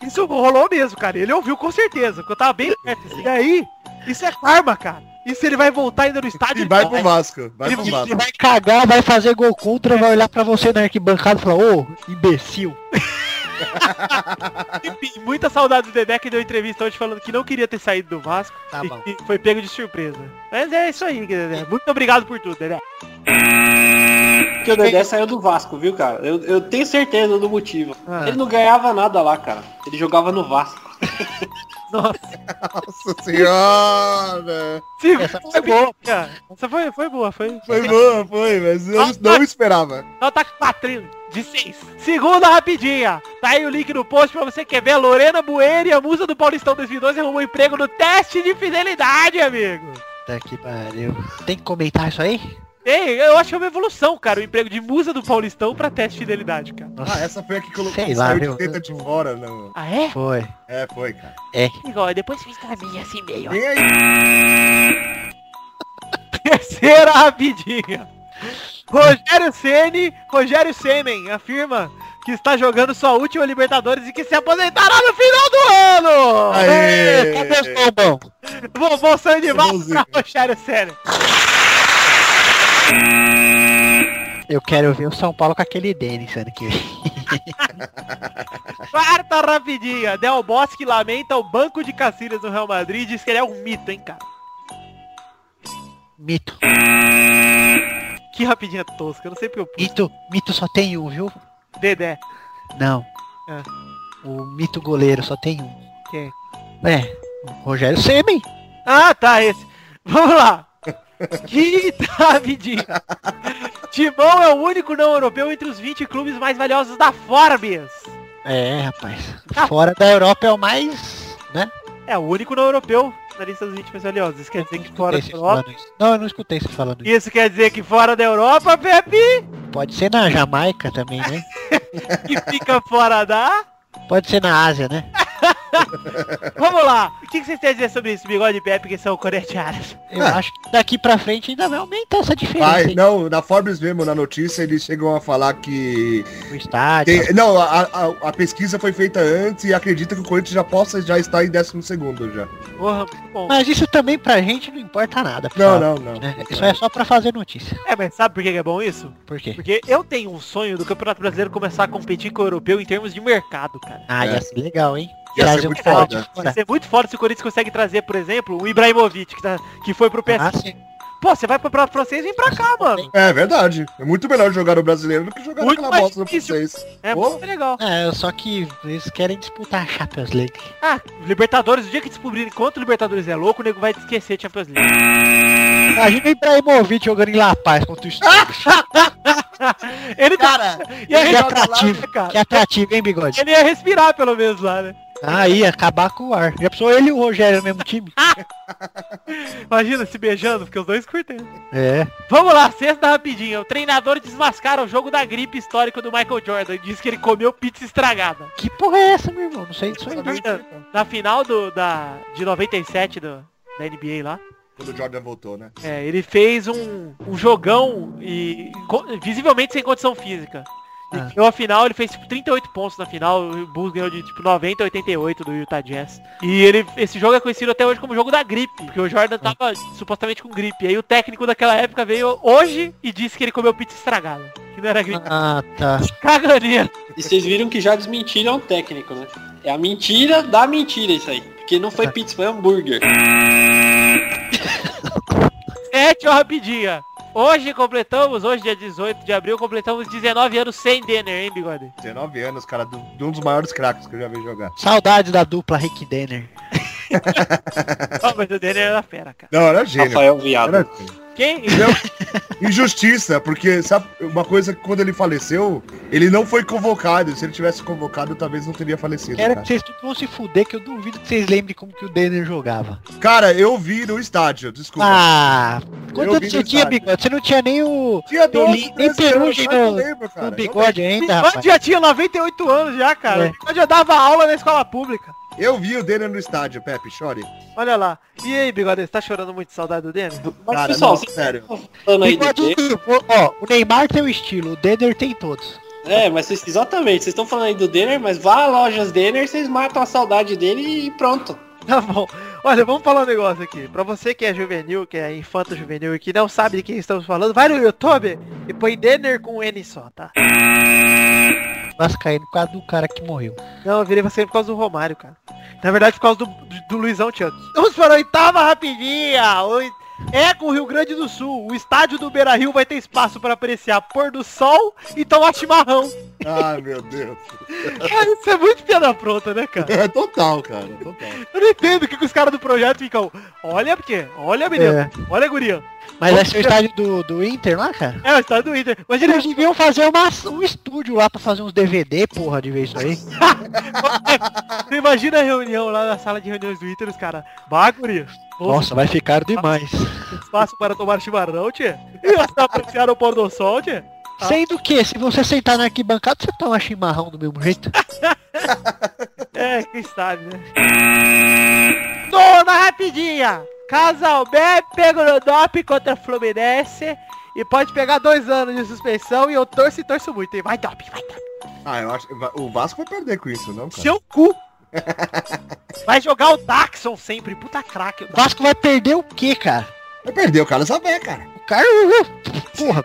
Isso rolou mesmo, cara. Ele ouviu com certeza, porque eu tava bem perto. assim. E aí, isso é karma, cara. Isso ele vai voltar ainda no estádio.
E
ele
vai pro Vasco. Vai pro
Ele
Vasco.
vai cagar, vai fazer gol contra, vai olhar pra você na arquibancada e falar, ô, imbecil.
Enfim, muita saudade do Dedé que deu entrevista hoje falando que não queria ter saído do Vasco.
Tá
e
bom.
que foi pego de surpresa. Mas é isso aí, Dedé. Muito obrigado por tudo, Dedé.
Porque o Dedé saiu do Vasco, viu, cara? Eu, eu tenho certeza do motivo.
Ah.
Ele não ganhava nada lá, cara. Ele jogava no Vasco.
Nossa senhora.
Sim,
Essa
foi
foi
boa. Essa foi, foi boa, foi.
Foi boa, foi, mas eu não esperava.
Nota 4 de 6. Segunda rapidinha. Tá aí o link no post pra você que ver. Lorena Bueira, e a musa do Paulistão 2012, arrumou um emprego no teste de fidelidade, amigo.
Tá que pariu. Tem que comentar isso aí?
Ei, eu acho que é uma evolução, cara, o emprego de musa do Paulistão pra teste de fidelidade, cara.
Ah, essa foi a que colocou
Sei lá,
saiu
meu.
de teta de fora, não.
Ah, é?
Foi.
É, foi, cara.
Igual, depois fiz pra mim assim meio.
Vem aí.
Terceira rapidinha. Rogério Ceni, Rogério Semen afirma que está jogando sua última Libertadores e que se aposentará no final do ano.
Aê!
Ê, Cadê os bombão?
Vovô Sandival
Bonzinho.
pra Rogério Ceni.
Eu quero ver o São Paulo com aquele Denis ano que vem.
Quarta rapidinha. Del Bosque lamenta o banco de Cacilhas no Real Madrid e diz que ele é um mito, hein, cara.
Mito,
Que rapidinha tosca, eu não sei porque eu pus.
mito, mito só tem um, viu?
Dedé.
Não.
Ah.
O mito goleiro só tem um.
Quem?
É, o Rogério Semen.
Ah, tá, esse. Vamos lá. Gui Davidi. Timão é o único não europeu entre os 20 clubes mais valiosos da Forbes.
É, rapaz. Fora da Europa é o mais, né?
É o único não europeu na lista dos 20 mais valiosos. Isso quer dizer que fora
Escutei
da
você
Europa...
falando isso. Não, eu não escutei você falando isso.
Isso quer dizer que fora da Europa, Pepe,
Pode ser na Jamaica também, né?
que fica fora da...
Pode ser na Ásia, né?
Vamos lá. O que que vocês têm a dizer sobre isso, bigode e Pepe, que são coreanos?
Eu acho que daqui pra frente ainda vai aumentar essa diferença.
É. Vai,
aí.
não, na Forbes mesmo, na notícia, eles chegam a falar que.
O estádio.
tem- não, a, a- a pesquisa foi feita antes e acredita que o Corinthians já possa já estar em 12 segundo já.
Porra, muito bom.
Mas isso também pra gente não importa nada.
Não,
pessoal,
não, não.
né? Isso é só pra fazer notícia.
É, mas sabe por que que é bom isso?
Por quê?
Porque eu tenho um sonho do Campeonato Brasileiro começar a competir com o europeu em termos de mercado, cara.
Ah, ia ser legal, hein?
Ia ser
Trazer um
muito
cara de
foda.
Vai
fora.
ser muito foda se o Corinthians consegue trazer, por exemplo, o Ibrahimovic, que, tá- que foi pro PSG.
Ah, sim.
Pô, você vai pro campeonato francês e vem pra cá, mano.
É verdade. É muito melhor jogar no brasileiro do que jogar
Muito
naquela
mais
bosta do
difícil.
francês.
É
Pô.
muito legal.
É, só que eles querem disputar a Champions League.
Ah, Libertadores, o dia que descobrirem quanto Libertadores é louco, o nego vai esquecer Champions League.
Imagina o Ibrahimovic jogando em La Paz contra o Estúdio.
Ele tá...
Cara,
e aí,
que
joga lá,
atrativo,
né, cara?
que atrativo, hein, bigode?
Ele ia respirar pelo menos lá, né?
Ah, ia acabar com o ar. Já pensou ele e o Rogério no mesmo time?
Imagina se beijando, porque os dois curtem.
É.
Vamos lá, sexta rapidinho. O treinador desmascara o jogo da gripe histórico do Michael Jordan e diz que ele comeu pizza estragada.
Que porra é essa, meu irmão? Não sei disso aí.
Ah,
não.
Na final do, da, de 97 do, da NBA lá,
Quando o Jordan voltou, né?
É, ele fez um, um jogão e co- visivelmente sem condição física. E
Ah.
ganhou a final, ele fez tipo 38 pontos na final, o Bulls ganhou de tipo 90 a 88 do Utah Jazz. E ele, esse jogo é conhecido até hoje como jogo da gripe, porque o Jordan tava supostamente com gripe. Aí o técnico daquela época veio hoje e disse que ele comeu pizza estragada. Que não era gripe.
Ah, tá.
Caganeira.
E vocês viram que já desmentiram o técnico, né? É a mentira da mentira isso aí. Porque não
É.
foi pizza, foi hambúrguer.
Sete ou rapidinha. Hoje completamos, hoje dia 18 de abril, completamos 19 anos sem Denner, hein, bigode?
19 anos, cara, do- de um dos maiores craques que eu já vi jogar.
Saudades da dupla Rick Denner.
Não, mas o Denner era fera, cara.
Não, era gênio.
Rafael Viado.
Era gênio.
Quem?
Injustiça, porque sabe uma coisa que quando ele faleceu, ele não foi convocado. Se ele tivesse convocado, talvez não teria falecido.
Quero
Cara,
que vocês tudo vão se fuder, que eu duvido que vocês lembrem como que o Denner jogava.
Cara, eu vi no estádio, desculpa.
Ah,
Eu
quanto
vi
anos você
no
tinha,
estádio.
bigode? Você não tinha nem o,
Tinha 12,
Tem
13 anos,
ferrugem
mas eu
no-
lembro, cara.
o
eu
bigode ainda,
Bigode
rapaz.
já tinha 98 anos já, cara.
É.
Bigode já dava aula na escola pública.
lembro. Eu vi o Denner no estádio, Pepe, chore.
Olha lá. E aí, Bigode, você tá chorando muito de saudade do Denner?
Mas
Cara,
pessoal,
não,
vocês
sério.
estão falando aí do
Bigode,
Denner.
ó, o Neymar tem o estilo, o Denner tem todos.
É, mas vocês, exatamente, vocês estão falando aí do Denner, mas vá a lojas Denner, vocês matam a saudade dele e pronto.
Tá bom. Olha, vamos falar um negócio aqui. Pra você que é juvenil, que é infanto juvenil e que não sabe de quem estamos falando, vai no YouTube e põe Denner com N só, tá?
Vascaíno É por causa do cara que morreu.
Não, eu virei você por causa do Romário, cara. Na verdade, por causa do, do, do Luizão Chuck. Vamos para a oitava rapidinha. Oi- É com o Rio Grande do Sul. O estádio do Beira Rio vai ter espaço para apreciar pôr do sol e tomar chimarrão.
Ai, meu Deus.
Cara, isso é muito piada pronta, né, cara?
É total, cara. Total.
Eu não entendo o que, que os caras do projeto ficam. Olha porque, olha menino,
É.
olha guria.
Mas vai ser o estádio do, do Inter lá, cara?
É, o estado do Inter. Mas ele
Eles deviam fazer uma, um estúdio lá pra fazer uns DVD, porra, de vez isso aí.
você imagina a reunião lá na sala de reuniões do Inter, os caras. Bah, guria. Bom
Nossa, vai ficar
Ah,
demais.
espaço para tomar chimarrão, tia. E nós tá apreciando o pôr do sol, tia.
tá.
Sendo que, se você sentar na arquibancada, você toma chimarrão do mesmo jeito.
É, quem sabe, né? Nona rapidinha! Casalbé pega no DOP contra Fluminense e pode pegar dois anos de suspensão e eu torço e torço muito. hein? Vai DOP, vai DOP.
Ah, eu acho. O Vasco vai perder com isso, não, cara?
Seu cu! Vai jogar o Daxon sempre, puta craque. o
O
Daxon.
Vasco vai perder o quê, cara?
Vai perder o Carlos Sabé, cara.
O cara. Porra,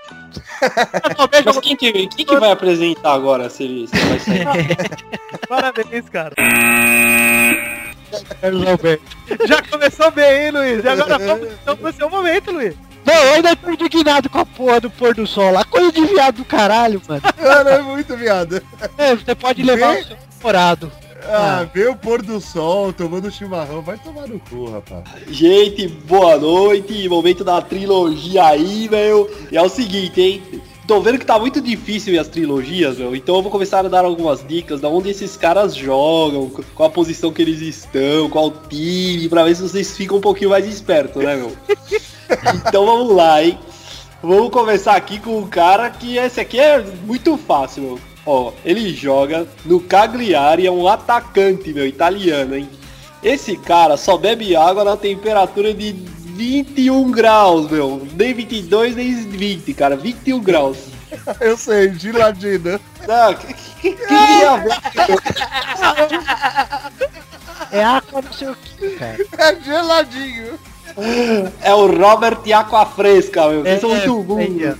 Casalbé
Mas
jogou
quem que, quem que vai apresentar agora se ele se vai sair?
parabéns, cara.
Carlos Alberto.
Já começou bem, hein, Luiz? E agora vamos então pro seu momento, Luiz.
Não, eu ainda tô indignado com a porra do pôr do sol lá. Coisa de viado do caralho, mano.
Cara, é muito viado.
É, você pode levar o seu namorado.
Ah, veio o pôr do sol, tomando chimarrão. Vai tomar no cu, rapaz.
Gente, boa noite. Momento da trilogia aí, meu. E é o seguinte, hein? Tô vendo que tá muito difícil as trilogias, meu. Então eu vou começar a dar algumas dicas da onde esses caras jogam, qu- qual a posição que eles estão, qual time, pra ver se vocês ficam um pouquinho mais espertos, né, meu? Então vamos lá, hein? Vamos começar aqui com um cara que esse aqui é muito fácil, meu. Ó, ele joga no Cagliari, é um atacante, meu, italiano, hein? Esse cara só bebe água na temperatura de 21 graus, meu. Nem 22, nem 20, cara. 21 graus.
Eu sei, Giladina.
Não, que, que, que queria ver.
É água não sei o que, cara.
É geladinho.
É o Robert e Aqua Fresca, meu. Vocês
É,
são muito burros.
é.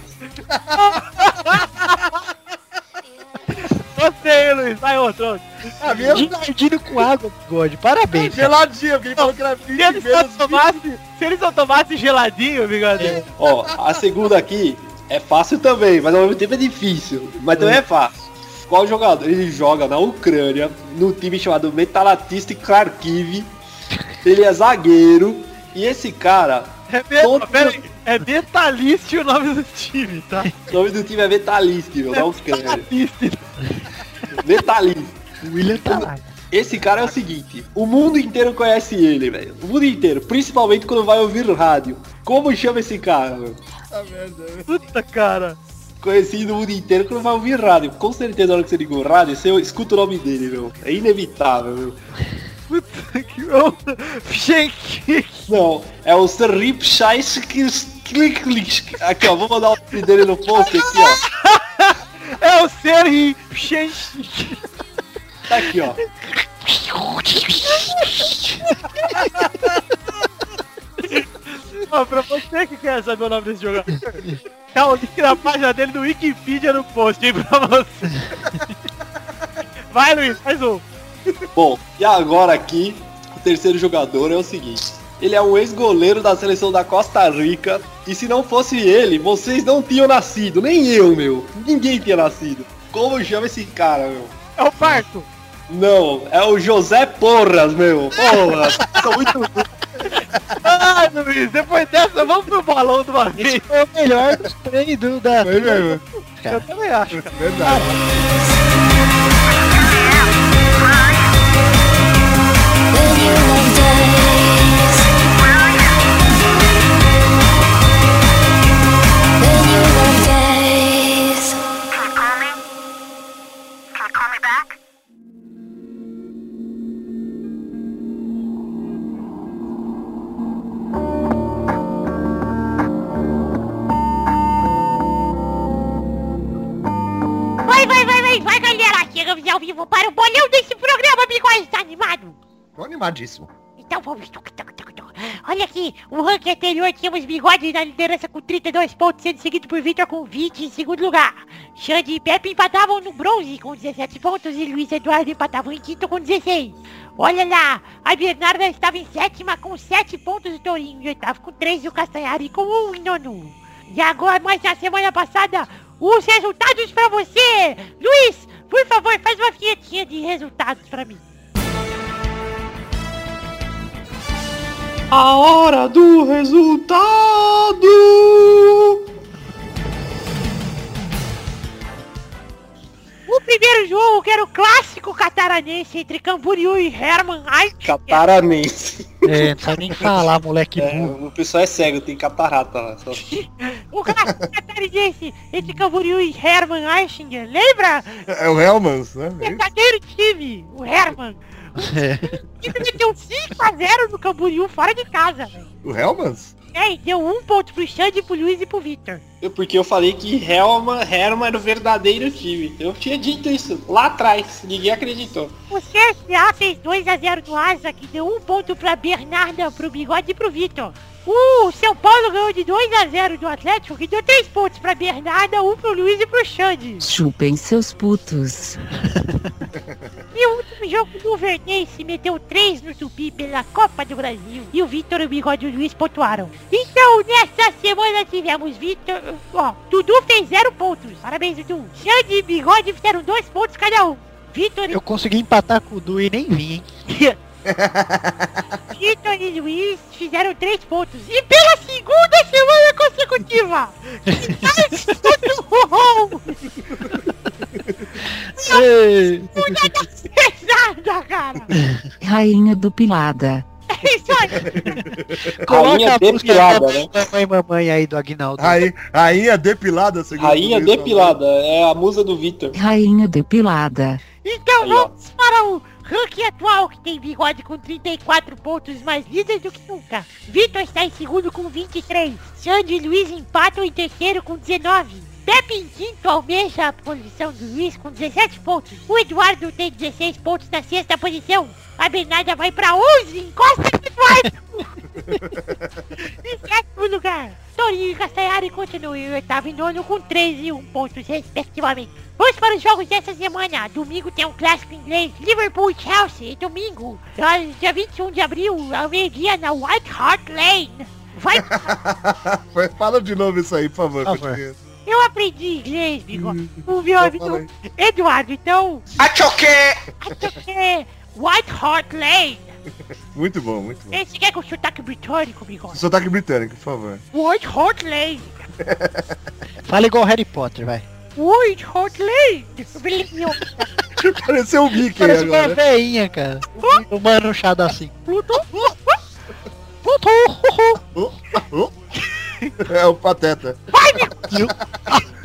Gostei, Luiz. Vai outro. outro.
A minha
Giladino com água, bigode. Parabéns, cara.
geladinha, porque ele falou que era
Se
20
eles não
menos
tomassem, se eles não tomassem geladinho, bigode.
É.
Ó, a segunda aqui é fácil também, mas ao mesmo tempo é difícil. Mas também é fácil. Qual jogador? Ele joga na Ucrânia, num time chamado Metalatist Kharkiv. Ele é zagueiro. E esse cara,
É, mesmo,
Todo-
pera aí. é detalhiste o nome do time, tá?
o nome do time é Metalist, meu, da Ucrânia.
Detalhiste.
Metalist.
William tá lá.
Esse cara é o seguinte, o mundo inteiro conhece ele, velho. O mundo inteiro, principalmente quando vai ouvir rádio. Como chama esse cara, meu?
Puta, cara.
Conhecido o mundo inteiro quando vai ouvir rádio. Com certeza na hora que você liga o rádio, você escuta o nome dele, meu. É inevitável, meu.
Puta que... eu- Gente,
Não, é o Serip Shaishkliklik. Aqui, ó, vou mandar o nome dele no post aqui, ó.
é o Serri Gente.
Tá aqui, ó.
Ó, pra você que quer saber o nome desse jogador, tá o link na página dele no Wikipedia no post, hein, pra você. Vai, Luiz, mais um.
Bom, e agora aqui, o terceiro jogador é o seguinte. Ele é um ex-goleiro da seleção da Costa Rica. E se não fosse ele, vocês não tinham nascido. Nem eu, meu. Ninguém tinha nascido. Como chama esse cara, meu?
É o Parto.
Não, é o José Porras, meu. Porras. São muito...
Ai, Luiz, depois dessa, vamos pro balão de uma
Esse
vez.
foi o melhor dos três do da.
Foi mesmo.
Eu também acho.
Verdade.
Vai, vai, vai, vai, vai, galera! Chegamos ao vivo para o bolão desse programa, bigode, tá animado?
Tô animadíssimo.
Então vamos... tuc, tuc, tuc, tuc. Olha aqui, o ranking anterior tínhamos bigode na liderança com 32 pontos, sendo seguido por Victor com 20 em segundo lugar. Xande e Pepe empatavam no bronze com 17 pontos e Luiz Eduardo empatavam em quinto com 16. Olha lá, a Bernarda estava em sétima com 7 pontos, o Torinho em oitavo com 3 e o Castanhari com 1 em nono. E agora, mas na semana passada, os resultados pra você! Luiz, por favor, faz uma vinhetinha de resultados pra mim.
A hora do resultado!
O primeiro jogo, que era o clássico cataranense entre Camboriú e Herman Eich.
Cataranense.
É, não sabe nem falar, moleque
É,
burro.
o pessoal é cego, tem catarata lá. só.
O clássico catarinense entre Camboriú e Herman Eichinger. Lembra?
É o Hellmans, né? É isso?
Verdadeiro time, o Herman. O time meteu 5x0 no Camboriú, fora de casa. velho.
O Hellmans?
É, e deu um ponto pro Xande, pro Luiz e pro Victor.
Eu- Porque eu falei que Helman, Herman era o verdadeiro time. Eu tinha dito isso lá atrás, ninguém acreditou.
O CSA fez 2x0 do Asa, que deu um ponto pra Bernarda, pro Bigode e pro Vitor. O São Paulo ganhou de 2x0 do Atlético, que deu 3 pontos pra Bernarda, 1 pro Luiz e pro Xande.
Chupem seus putos.
E o último jogo do Verdense meteu 3 no Tupi pela Copa do Brasil. E o Vitor, o Bigode e o Luiz pontuaram. Então, nesta semana tivemos Vitor... Ó, Dudu fez 0 pontos. Parabéns, Dudu. Xande e Bigode fizeram 2 pontos cada um.
Vitor
Eu consegui empatar com o Du e nem vim, hein?
Vitor e Luiz fizeram três pontos. E pela segunda semana consecutiva!
Ei,
Muda da pesada, cara!
Rainha do Pilada.
É isso
Então,
aí!
Coloca
Rainha
a música da
depilada,
mamãe, mamãe, mamãe aí do Agnaldo.
Rainha, rainha depilada, segundo
Rainha
o Luiz
depilada, é a musa do Vitor.
Rainha depilada.
Então
Aí, ó.
vamos para o ranking atual, que tem bigode com 34 pontos, mais líder do que nunca. Vitor está em segundo com 23. Xande e Luiz empatam em terceiro com 19. Pepe em quinto almeja a posição do Luiz com 17 pontos. O Eduardo tem 16 pontos na sexta posição. A Bernarda vai para 11, encosta no Eduardo. em sétimo lugar, Torinho e Castanhari continuam em oitavo e nono com 13 e 1 pontos respectivamente. Vamos para os jogos dessa semana. Domingo tem um clássico inglês, Liverpool e Chelsea. E domingo, ah, dia 21 de abril, ao meio-dia na White Hart Lane. Vai,
Foi- Fala de novo isso aí, por favor.
Por favor.
porque-
eu aprendi inglês, bigode. O meu amigo Eduardo, então... Achoque! White Hart Lane.
Muito bom, muito bom.
Esse que é com sotaque britânico, bigode.
Sotaque britânico, por favor.
White Hart Lane.
Fala igual Harry Potter, vai.
White Hart Lane.
Pareceu o Mickey
Parece
agora.
uma veinha, cara. O mano chado assim.
Pluto.
Oh, oh. É o Pateta.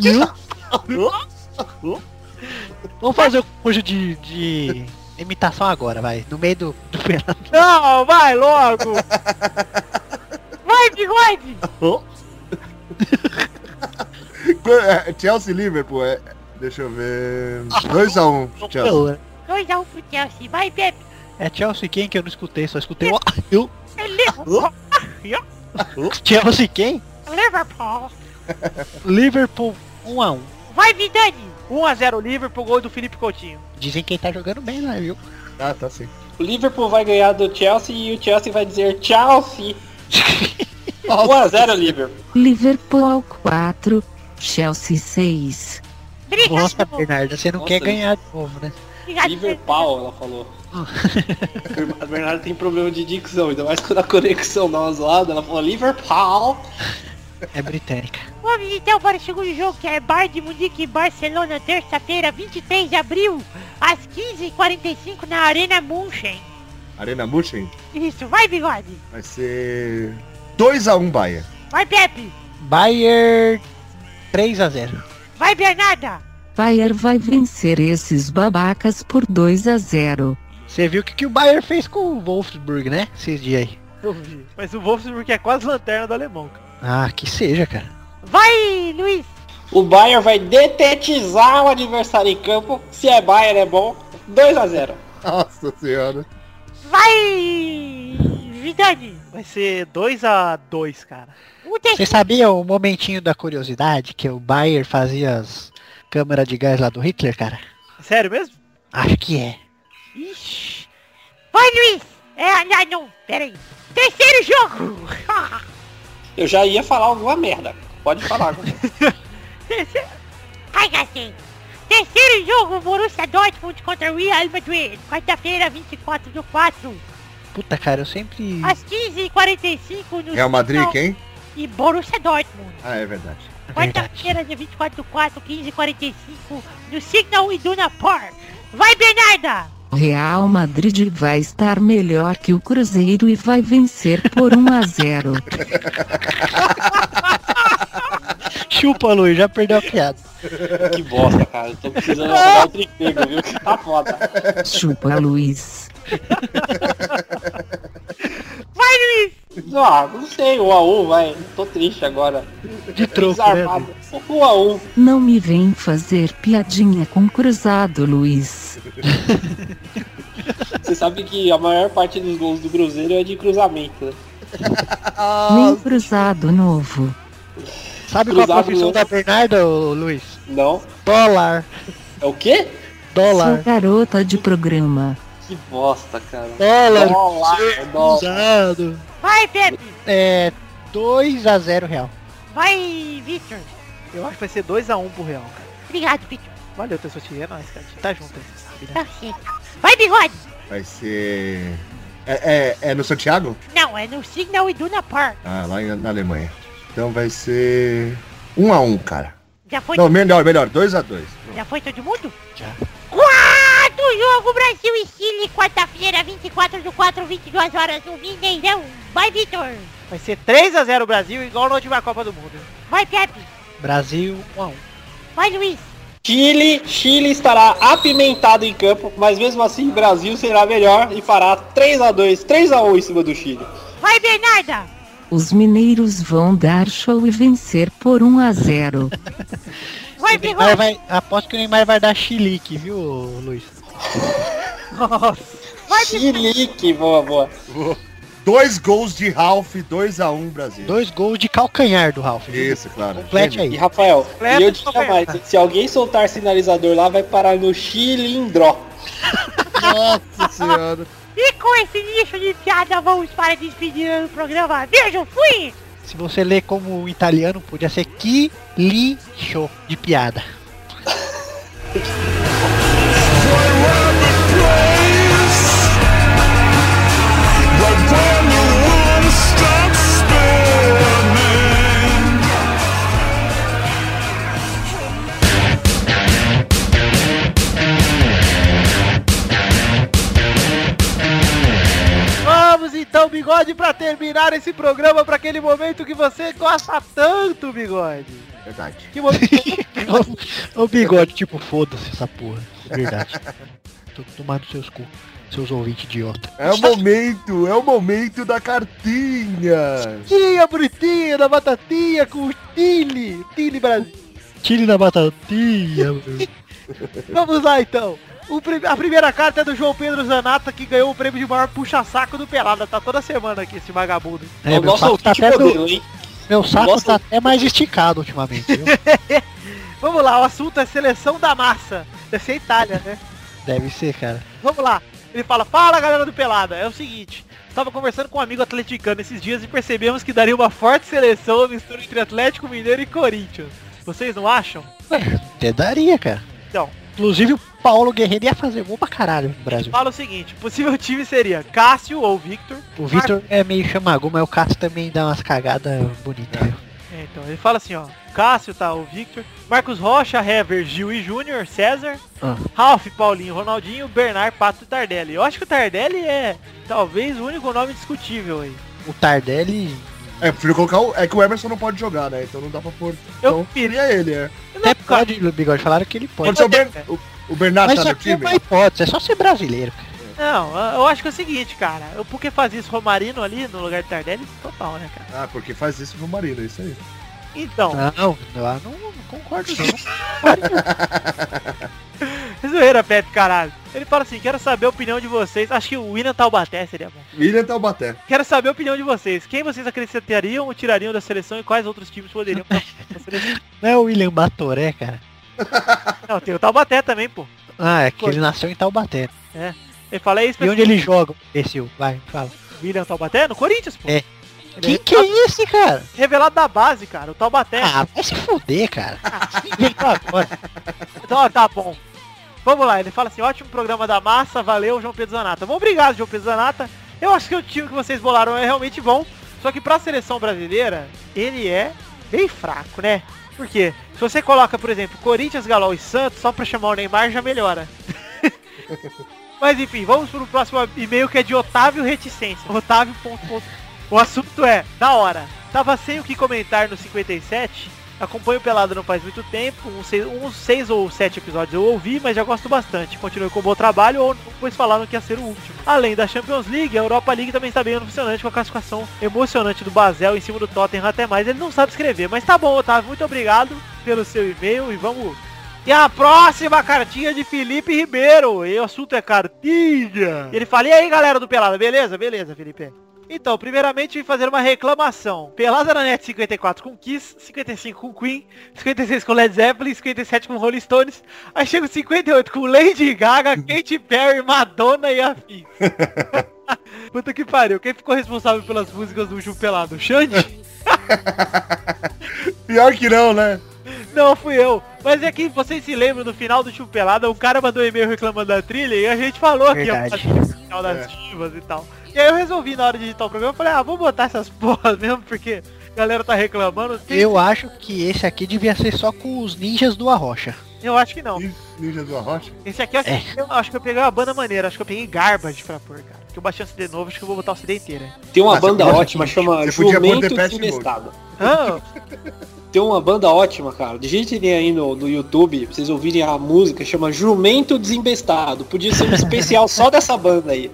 Viu?
Oh,
Vamos fazer o curso de, de imitação agora, vai. No meio do, do pelado.
Não, vai logo!
Vai, bigode.
oh. Qu- é, Chelsea e Liverpool, é, deixa eu ver. 2x1 um, Chelsea.
Dois a um pro Chelsea. Vai, Pepe.
É Chelsea quem que eu não escutei, só escutei um o... Eu?
Liverpool.
Chelsea quem?
Liverpool.
Liverpool 1x1.
Vai, Vidani.
1x0 Liverpool, gol do Felipe Coutinho.
Dizem quem tá jogando bem, né, viu?
Ah, tá sim.
O Liverpool vai ganhar do Chelsea e o Chelsea vai dizer Chelsea. 1x0 Liverpool.
Liverpool 4. Chelsea 6.
Nossa, é
Obrigado.
Bernardo, você não
Nossa,
quer
ele-
ganhar de novo, né?
Obrigado,
Liverpool, ela falou. A Bernardo tem problema de dicção, ainda mais quando a conexão dá uma zoada, ela falou Liverpool.
É britânica.
Vamos então para o segundo jogo, que é Bar de Munique e Barcelona, terça-feira, 23 de abril, às 15h45 na Arena Munchen.
Arena Murchen
Isso, vai bigode,
vai ser 2x1 um, Bahia.
vai Pepe,
Bayern 3x0.
vai Bernarda,
Bayer vai vencer esses babacas por 2 a 0.
Você viu o que, que o Bayern fez com o Wolfsburg, né? Esses dias aí.
Mas o Wolfsburg é quase lanterna do alemão, cara.
Ah, que seja, cara.
vai Luiz,
O Bayern vai detetizar o adversário em campo. Se é Bayern é bom. 2x0.
Nossa senhora.
vai Vidani.
Vai ser 2x2, cara.
O terceiro,
Você sabia o momentinho da curiosidade que o Bayern fazia as câmeras de gás lá do Hitler, cara?
É Sério mesmo?
Acho que é.
Ixi.
vai Luiz, é, ah, não, peraí, terceiro jogo,
Eu já ia falar alguma merda. Pode falar.
Terceiro- Ai, cacete. assim. Terceiro jogo, Borussia Dortmund contra o Real Madrid, quarta-feira, 24 do 4,
Puta, cara, eu sempre...
às 15h45 no
Real Madrid,
Sinal
quem?
E Borussia Dortmund,
Ah, é verdade.
quarta-feira, dia 24 do 4, 15h45 no Signal Iduna Park. Vai, Bernarda!
Real Madrid vai estar melhor que o Cruzeiro e vai vencer por 1 a 0.
Chupa, Luiz, já perdeu a piada.
que bosta, cara. Eu tô precisando dar outro emprego, viu? Que Tá foda.
Chupa Luiz.
Ah, não sei, o AU vai. Tô triste agora.
De troco, né?
Desarmado. um
Luiz?
O AU.
Não me vem fazer piadinha com cruzado, Luiz.
Você sabe que a maior parte dos gols do Cruzeiro é de cruzamento, né?
Nem cruzado novo.
Sabe qual é a
Cruzado,
profissão
Luiz.
da Bernarda, ô, Luiz?
Não.
Dólar.
É o quê?
Dólar.
Sou garota de programa.
Que bosta, cara.
Dólar.
Dólar, dólar.
Cruzado.
Vai, Pepe!
É 2 a 0 real.
Vai, Victor!
Eu acho que vai ser 2x1 pro Real, cara.
Obrigado, Victor.
Valeu, Tessotinho. É nóis, cara. A gente Tá junto aí.
Tá certo. Vai, bigode!
Vai ser. É, é, é no Santiago?
Não, é no Signal Iduna Park.
Ah, lá em- na Alemanha. Então vai ser. Um a um, cara.
Já foi,
Não, melhor, melhor. Dois a dois.
já foi todo mundo? Já. Quarto jogo Brasil e Chile, quarta-feira, 24 do 4, 22 horas, no Mineirão. Vai, Vitor!
Vai ser 3x0 o Brasil, igual na última Copa do Mundo. um
Vai, Pepe!
Brasil 1 a 1.
Vai, Luiz!
Chile, Chile estará apimentado em campo, mas mesmo assim Brasil será melhor e fará 3x2, 3x1 em cima do Chile.
Vai, Bernarda!
Os mineiros vão dar show e vencer por 1 a 0.
Vai,
Neymar
Bigode!
vai, aposto que o Neymar vai dar chilique, viu, Luiz?
Chilique, boa, boa.
Dois gols de Ralph, 2x1 um, Brasil.
Dois gols de calcanhar do Ralf.
Isso, claro.
Complete aí.
E Rafael,
Cleto
e eu diria
Roberto.
mais, se alguém soltar sinalizador lá, vai parar no Chilindró.
Nossa senhora.
E com esse lixo de piada, vamos para despedir do programa. Beijo, fui!
Se você ler como um italiano, podia ser que lixo de piada.
Vamos então, bigode, pra terminar esse programa, pra aquele momento que você gosta tanto, bigode.
Verdade.
Que momento
o o bigode, tipo, foda-se essa porra. É verdade. Tô tomando seus cu, seus ouvintes idiota.
É o momento, é o momento da cartinha.
tinha, bonitinha, da batatinha, com o Tile, Tile Brasil.
Tire da batatinha, meu.
Vamos lá então. O prim- a primeira carta é do João Pedro Zanata, que ganhou o prêmio de maior puxa-saco do Pelada. Tá toda semana aqui esse vagabundo.
É,
o
meu
nosso
saco tá
ouvinte
até, do-
modelo, hein?
meu saco
Nossa.
tá até mais esticado ultimamente, viu?
Vamos lá, o assunto é seleção da massa. Deve ser Itália, né?
Deve ser, cara.
Vamos lá. Ele fala, fala galera do Pelada, é o seguinte. Tava conversando com um amigo atleticano esses dias e percebemos que daria uma forte seleção a mistura entre Atlético Mineiro e Corinthians. Vocês não acham?
Até daria, cara.
Então.
Inclusive o Paulo Guerreiro ia fazer gol pra caralho no Brasil.
Fala o seguinte, possível time seria Cássio ou Victor.
O Vitor é meio chamagô, mas o Cássio também dá umas cagadas bonitas. viu?
É, então, ele fala assim, ó. Cássio, tá, o Victor. Marcos Rocha, Hever, Gil e Júnior, César.
Ah.
Ralf, Paulinho, Ronaldinho, Bernard, Pato e Tardelli. Eu acho que o Tardelli é talvez o único nome discutível aí.
O Tardelli
É, prefiro colocar o... É que o Emerson não pode jogar, né? Então não dá pra
Eu
pôr. Então,
prefiro.
seria ele, é.
até pode, o Bigode falaram que ele pode.
Pode ser o, Ber... o- o Bernardo
Mas
tá
isso
no
aqui é
time?
uma hipótese, é só ser brasileiro.
Não, eu- eu acho que é o seguinte, cara. Eu, por que fazia isso Romarino ali no lugar de Tardelli? Total, né, cara?
Ah, porque faz isso pro marido, é isso aí.
Então,
Não, eu não, não concordo não.
zoeira, Pepe, caralho. Ele fala assim, quero saber a opinião de vocês. Acho que o William Taubaté seria bom.
William Taubaté.
Quero saber a opinião de vocês. Quem vocês acrescentariam ou tirariam da seleção e quais outros times poderiam... pra seleção?
Não é o William Batoré, cara.
Não, tem o Taubaté também, pô.
Ah, é que
Foi.
ele nasceu em Taubaté. né?
Ele fala, é isso,
E onde ele joga, um imbecil? Vai, fala.
William Taubaté? No Corinthians, pô.
É.
Ele
Que que é esse, cara?
Revelado da base, cara. O Taubaté.
Ah, vai se fuder, cara. Inventou agora.
Então, tá bom. Vamos lá, ele fala assim, ótimo programa da massa, valeu, João Pedro Zanata. Bom, obrigado, João Pedro Zanata. Eu acho que o time que vocês bolaram é realmente bom, só que pra seleção brasileira, ele é bem fraco, né? Por quê? Se você coloca, por exemplo, Corinthians, Galo e Santos, só pra chamar o Neymar, já melhora. Mas enfim, vamos pro próximo e-mail que é de Otávio Reticência. Otávio. ponto, ponto. O assunto é, da hora. Tava sem o que comentar no 57. Acompanho o Pelado não faz muito tempo, uns seis, uns seis ou sete episódios eu ouvi, mas já gosto bastante. Continue com o bom trabalho, ou pois falaram que ia ser o último. Além da Champions League, a Europa League também está bem funcionante com a classificação emocionante do Basel em cima do Tottenham até mais. Ele não sabe escrever, mas tá bom, Otávio, muito obrigado pelo seu e-mail e vamos... E a próxima cartinha de Felipe Ribeiro, e o assunto é cartinha. Ele fala, e aí galera do Pelado, beleza? Beleza, Felipe. Então, primeiramente, vim fazer uma reclamação. Pelada na net 54 com Kiss, 55 com Queen, 56 com Led Zeppelin, 57 com Rolling Stones, aí chega o 58 com Lady Gaga, Katy Perry, Madonna e afins. Puta que pariu, quem ficou responsável pelas músicas do último pelado? Xande?
Pior que não, né?
Não, fui eu. Mas é que vocês se lembram, no final do Chupo Pelada, um cara mandou um e-mail reclamando da trilha e a gente falou que ia
Verdade.
fazer o final das divas e tal. E aí eu resolvi, na hora de editar o programa, eu falei, ah, vou botar essas porras mesmo, porque a galera tá reclamando. Tem-
Eu acho que esse aqui devia ser só com os ninjas do Arrocha.
eu acho que não.
Ninja do Arrocha?
Esse aqui eu
É.
acho, que, eu acho que eu peguei uma banda maneira, acho que eu peguei Garbage pra pôr, cara. Que eu baixei o CD novo, acho que eu vou botar o CD inteiro.
Tem uma
Ah, você
banda
podia-
ótima, chama
você podia pôr
Jumento
The Pet
Subestado.
Ah,
Tem uma banda ótima, cara. Digitem aí no, no YouTube, pra vocês ouvirem a música, chama Jumento Desembestado. Podia ser um especial só dessa banda aí.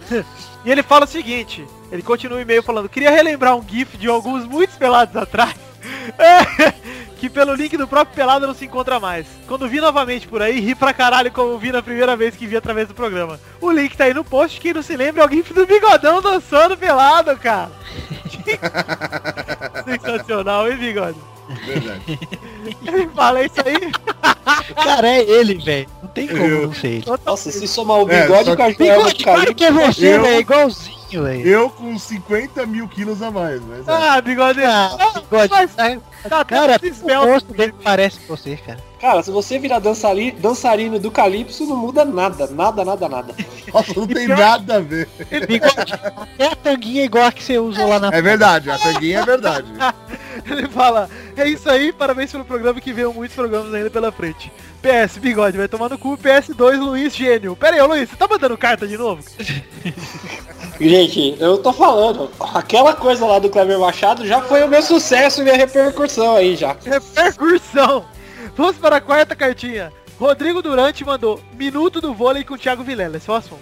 E ele fala o seguinte, ele continua o e-mail falando, queria relembrar um GIF de alguns muitos pelados atrás, É, que pelo link do próprio pelado não se encontra mais. Quando vi novamente por aí, ri pra caralho como vi na primeira vez que vi através do programa. O link tá aí no post, quem não se lembra é o GIF do bigodão dançando pelado, cara. Sensacional, hein, bigode?
Verdade.
Ele fala isso aí.
Cara, é ele, velho. Não tem como
Eu-
não ser ele.
Nossa, se somar o
É,
bigode
só-
com a Joelma
Bigode, claro
Caíque,
que é você,
eu-
velho. Igualzinho, velho.
Eu com 50 mil quilos a mais, mas... é.
Ah, bigode.
Ah, bigode,
mas-
tá-
Tá
cara,
tudo
o
esbelto.
rosto dele parece com você, cara.
Cara, se você virar dançali- dançarino do Calypso, não muda nada. Nada, nada, nada.
Nossa, não tem nada a ver.
Bigode, até a tanguinha é igual a que você usou lá na...
É verdade, a tanguinha é verdade.
Ele fala, é isso aí, parabéns pelo programa que veio muitos programas ainda pela frente. PS, bigode, vai tomar no cu, PS2, Luiz, gênio. Pera aí, ô Luiz, você tá mandando carta de novo?
Gente, eu tô falando, aquela coisa lá do Cleber Machado já foi o meu sucesso e minha repercussão aí já.
É percussão. Vamos para a quarta cartinha. Rodrigo Durante mandou Minuto do Vôlei com o Thiago Vilela, esse é o assunto.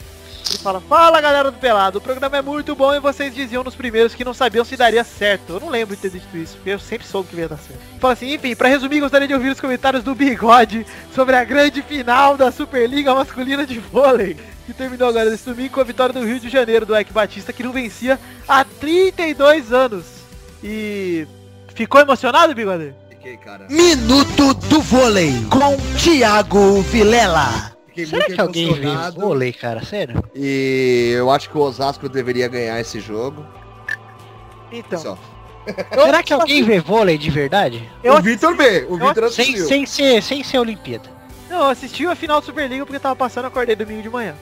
Ele fala, fala galera do Pelado, o programa é muito bom e vocês diziam nos primeiros que não sabiam se daria certo. Eu não lembro de ter dito isso, porque eu sempre soube que ia dar certo. Fala assim, enfim, pra resumir, gostaria de ouvir os comentários do Bigode sobre a grande final da Superliga Masculina de Vôlei, que terminou agora esse domingo com a vitória do Rio de Janeiro do Eike Batista, que não vencia há 32 anos. E ficou emocionado, Bigode?
Fiquei, cara.
Minuto do vôlei com Thiago Vilela.
Fiquei
Será que alguém viu o
emocionado.
vôlei, cara? Sério?
E eu acho que o Osasco deveria ganhar esse jogo.
Então.
Só.
Será que
assim.
alguém vê vôlei de verdade?
Eu
o Vitor B, o Vitor
Sem,
assistiu.
sem, ser, sem ser Olimpíada.
Não, eu assisti a final do Superliga porque tava passando, acordei domingo de manhã.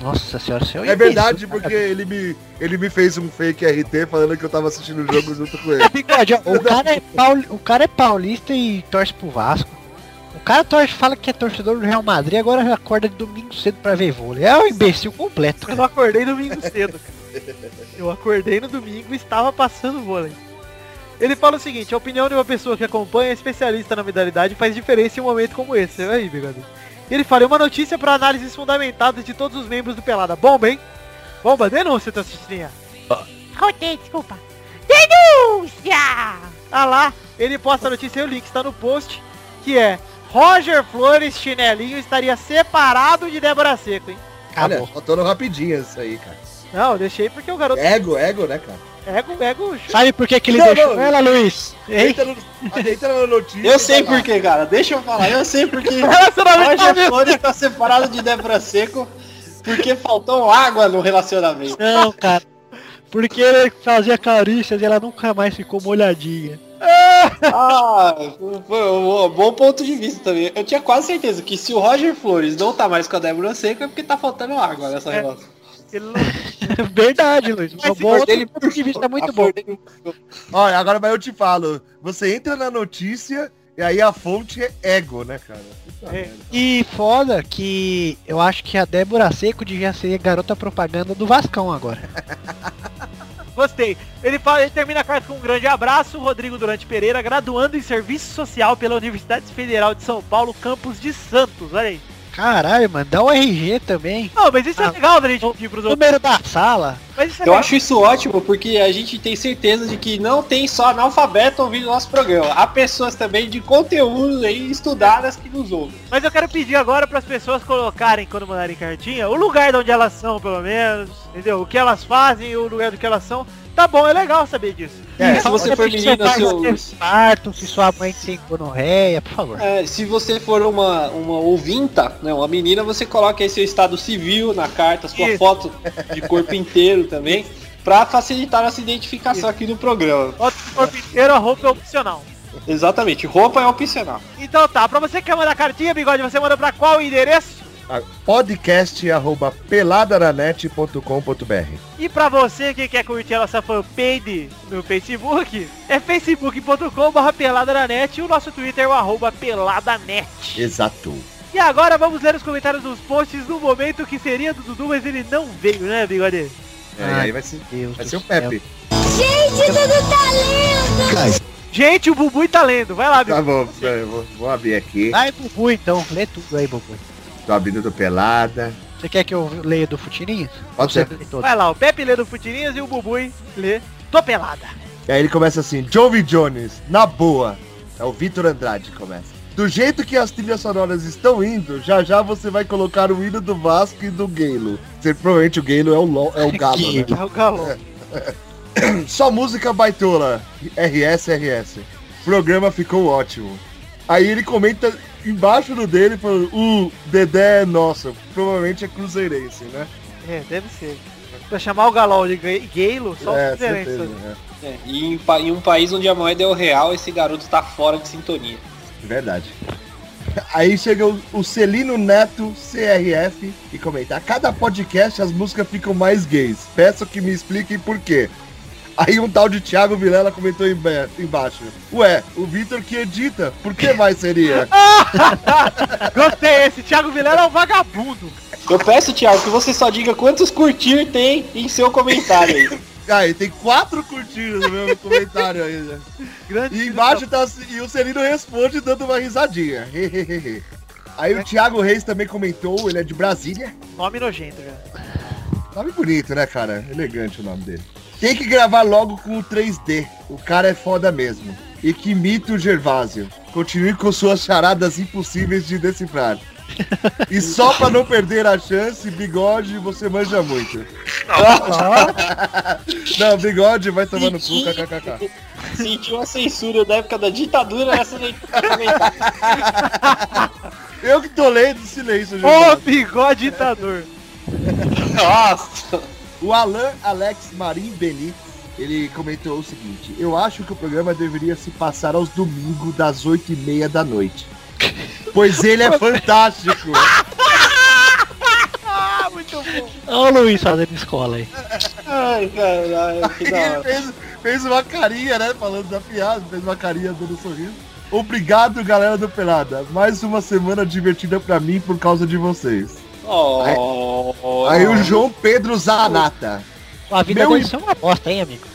Nossa senhora, você
É verdade, porque ele me, ele me fez um fake RT falando que eu tava assistindo o jogo junto com ele.
Bigode, ó, o, cara é pauli- o cara é paulista e torce pro Vasco. O cara torce, fala que é torcedor do Real Madrid, agora já acorda de domingo cedo pra ver vôlei. É um imbecil completo,
Eu
cara.
não acordei domingo cedo, cara. Eu acordei no domingo e estava passando vôlei. Ele fala o seguinte, a opinião de uma pessoa que acompanha, é especialista na modalidade, faz diferença em um momento como esse. Olha aí, bigode. Ele fala, "É uma notícia para análises fundamentadas de todos os membros do Pelada. Bomba, hein? Bomba, denúncia, Tassitinha.
Rodei, desculpa. Denúncia!
Ah lá, ele posta a notícia e o link está no post, que é Roger Flores Chinelinho estaria separado de Débora Seco, hein?
Acabou.
Olha, faltando rapidinho isso aí, cara.
Não, eu deixei porque o garoto
Ego, ego, né, cara?
ego, ego,
Sabe por que, que ele
Não,
deixou
não.
ela, Luiz? Hein?
Entra, no- entra na notícia.
Eu sei
tá lá.
por quê, cara. Deixa eu falar. Eu sei porque
Relacionamento
Roger Flores tá separado de Débora Seco porque faltou água no relacionamento.
Não, cara. Porque ele fazia carícias e ela nunca mais ficou molhadinha.
Ah, foi um bom ponto de vista também. Eu tinha quase certeza que se o Roger Flores não tá mais com a Débora Seco é porque tá faltando água nessa
É.
relação.
Ele não-
Verdade, Luiz. Um
Mas se
bom
for
outro
dele,
ponto de vista muito
A
bom.
flor dele-
Olha, agora mas eu te falo. Você entra na notícia e aí a fonte é ego, né, cara? Puta
É.
merda.
E foda que eu acho que a Débora Seco devia ser garota propaganda do Vascão agora.
Gostei. Ele, fala, ele termina a carta com um grande abraço, Rodrigo Durante Pereira, graduando em Serviço Social pela Universidade Federal de São Paulo, campus de Santos. Olha aí.
Caralho, mano, dá o RG também.
Não, mas isso é
Ah,
legal da gente pedir pros outros.
Número da sala.
Mas isso é
Eu
legal.
acho isso ótimo porque a gente tem certeza de que não tem só analfabeto ouvindo nosso programa. Há pessoas também de conteúdo aí estudadas que nos ouvem.
Mas eu quero pedir agora para as pessoas colocarem, quando mandarem cartinha, o lugar de onde elas são, pelo menos. Entendeu? O que elas fazem, o lugar do que elas são. Tá bom, é legal saber disso. Tá
É, se você for
Porque
menina,
faz
seu-
ter parto, se sua mãe tem gonorreia, por favor.
É, se você for uma, uma ouvinta, né, uma menina, você coloca aí seu estado civil na carta, sua
Isso.
foto de corpo inteiro também, pra facilitar a nossa identificação aqui no programa.
Bota o corpo inteiro, a roupa é opcional.
Exatamente, roupa é opcional.
Então tá, pra você que quer mandar cartinha, bigode, você manda pra qual endereço?
Ah, Podcast.peladaranet.com.br
E pra você que quer curtir a nossa fanpage no Facebook, é facebook.com.br peladananet e o nosso Twitter é o arroba peladanet.
Exato.
E agora vamos ler os comentários dos posts no momento que seria do Dudu, mas ele não veio, né, bigode?
É, e aí vai ser, vai ser é o Pepe.
Gente, tudo tá lindo!
Gente, o Bubu tá lendo, vai lá,
Tá bom, peraí, eu vou, vou abrir aqui.
Vai, Bubu, então. Lê tudo aí, Bubu.
Tô abrindo do Pelada.
Você quer que eu leia do Futirinhas?
Pode ser.
Vai lá, o Pepe lê do Futirinhas e o Bubu lê Tô Pelada.
E aí ele começa assim, Jovi Jones, na boa. É o Vitor Andrade que começa. Do jeito que as trilhas sonoras estão indo, já já você vai colocar o hino do Vasco e do Galo. Você, provavelmente o Galo é o, lo- é o Galo, né?
É o Galo.
Só música baitola. RS, RS. Programa ficou ótimo. Aí ele comenta embaixo do dele, falando, o Dedé é nosso. Provavelmente é cruzeirense, né?
É, deve ser. Pra chamar o Galol de Ga- Galo, só né?
É,
o Fluminense.
certeza,
É, e em, pa- em um país onde a moeda é o real, esse garoto tá fora de sintonia.
Verdade. Aí chega o, o Celino Neto, CRF, e comenta: A cada podcast as músicas ficam mais gays. Peço que me expliquem por quê. Aí um tal de Thiago Vilela comentou emba- embaixo. Ué, o Vitor que edita, por que mais seria?
Gostei, esse Thiago Vilela é um vagabundo.
Eu peço, Thiago, que você só diga quantos curtir tem em seu comentário aí.
Aí tem quatro curtidas no meu comentário aí, né? E embaixo tá assim, e o Celino responde dando uma risadinha. Aí o Thiago Reis também comentou, ele é de Brasília.
Nome nojento, já.
Nome bonito, né, cara? Elegante o nome dele. Tem que gravar logo com o 3D. O cara é foda mesmo. E que mito Gervásio. Continue com suas charadas impossíveis de decifrar. E só pra não perder a chance, bigode, você manja muito. não, bigode vai tomar no cu, kkkk.
Sentiu a censura da época da ditadura nessa leitura de comentário.
Eu que tô lendo em silêncio,
Ô,
Gervásio.
bigode ditador.
Nossa!
O Alan Alex Marim Beni, ele comentou o seguinte, eu acho que o programa deveria se passar aos domingos das 8 e meia da noite. Pois ele é fantástico.
Ah, muito bom.
Olha o Luiz fazendo escola aí.
Ai, caralho, que da
ele
hora.
fez, fez uma carinha, né? Falando da piada, fez uma carinha dando um sorriso. Obrigado, galera do Pelada. Mais uma semana divertida pra mim por causa de vocês.
Oh,
Aí o João Pedro Zanata.
A vida
Meu
deles é uma bosta, hein, amigo?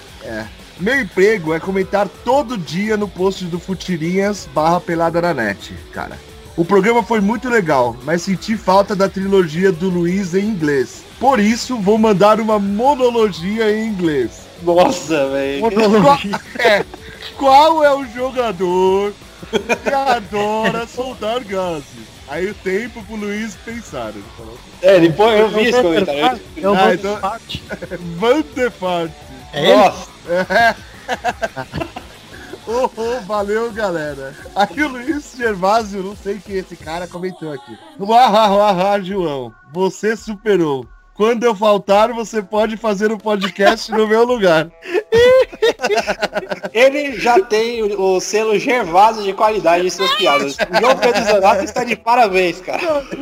Meu emprego é comentar todo dia no post do Futirinhas barra pelada na net, cara. O programa foi muito legal, mas senti falta da trilogia do Luiz em inglês. Por isso, vou mandar uma monologia em inglês.
Nossa, velho.
É, qual é o jogador que adora soltar gases? Aí o tempo pro Luiz pensar. Ele falou.
É, ele põe- eu vi tá esse comentário.
Eu
Ah,
vou
então-
parte.
Van de Vaart.
É ele?
Nossa,
Oh, oh, valeu, galera. Aí o Luiz Gervásio, não sei quem é esse cara, comentou aqui. Uahahaha, João, você superou. Quando eu faltar, você pode fazer um podcast no meu lugar.
ele já tem o, o selo Gervásio de qualidade em suas piadas. O João Pedro Zanato está de parabéns,
Tá
cara.
assim.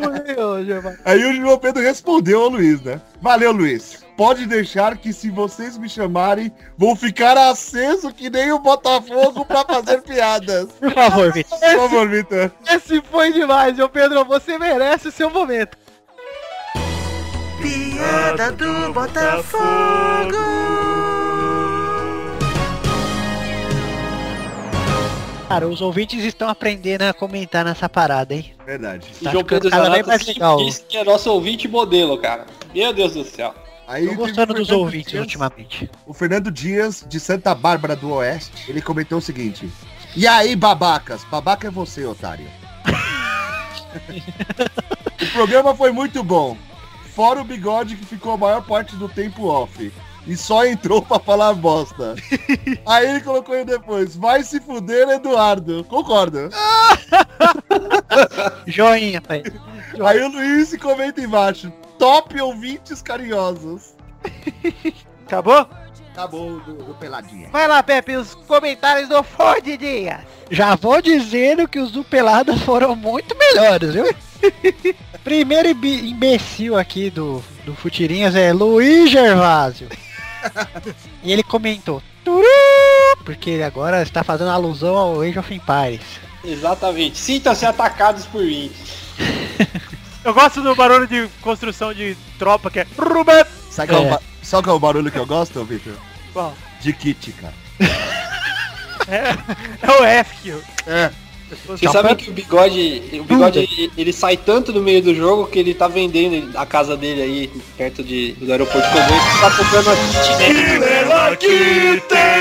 Aí o João Pedro respondeu ao Luiz, né? Valeu, Luiz. Pode deixar que se vocês me chamarem, vou ficar aceso que nem o Botafogo pra fazer piadas.
Por favor, Vitor.
Por favor, Vitor.
Esse foi demais, meu Pedro. Você merece o seu momento.
Piada do Botafogo.
Cara, os ouvintes estão aprendendo a comentar nessa parada, hein?
Verdade.
E
Tá
João
ficando
Pedro
cada vez
Zanato
mais legal.
disse que é nosso ouvinte modelo, cara. Meu Deus do céu.
Aí
Tô
teve
gostando
o
dos
Fernando
ouvintes
Dias.
ultimamente.
O Fernando Dias, de Santa Bárbara do Oeste, ele comentou o seguinte. E aí, babacas? Babaca é você, otário. o programa foi muito bom. Fora o bigode que ficou a maior parte do tempo off. E só entrou pra falar bosta. Aí ele colocou aí depois. Vai se fuder, Eduardo. Concordo.
Joinha, pai.
Aí o Luiz comenta embaixo. Top ouvintes carinhosos.
Acabou?
Acabou do, do Peladinha.
Vai lá, Pepe, os comentários do Ford Dias.
Já vou dizendo que os do Pelada foram muito melhores, viu? Primeiro imbe- imbecil aqui do, do Futirinhas é Luiz Gervásio. e ele comentou, "Turu", porque ele agora está fazendo alusão ao Age of Empires.
Exatamente. Sintam-se atacados por mim.
Eu gosto do barulho de construção de tropa que é. Rubat!
Sabe qual, é. o ba- sabe qual é o barulho que eu gosto, Victor?
Qual?
De kit, cara.
É, é o F que eu.
É.
Então,
Vocês sabem que o bigode, o bigode ele, ele sai tanto do meio do jogo que ele tá vendendo a casa dele aí, perto de, do aeroporto de Congonhas, que tá tocando a kitnet.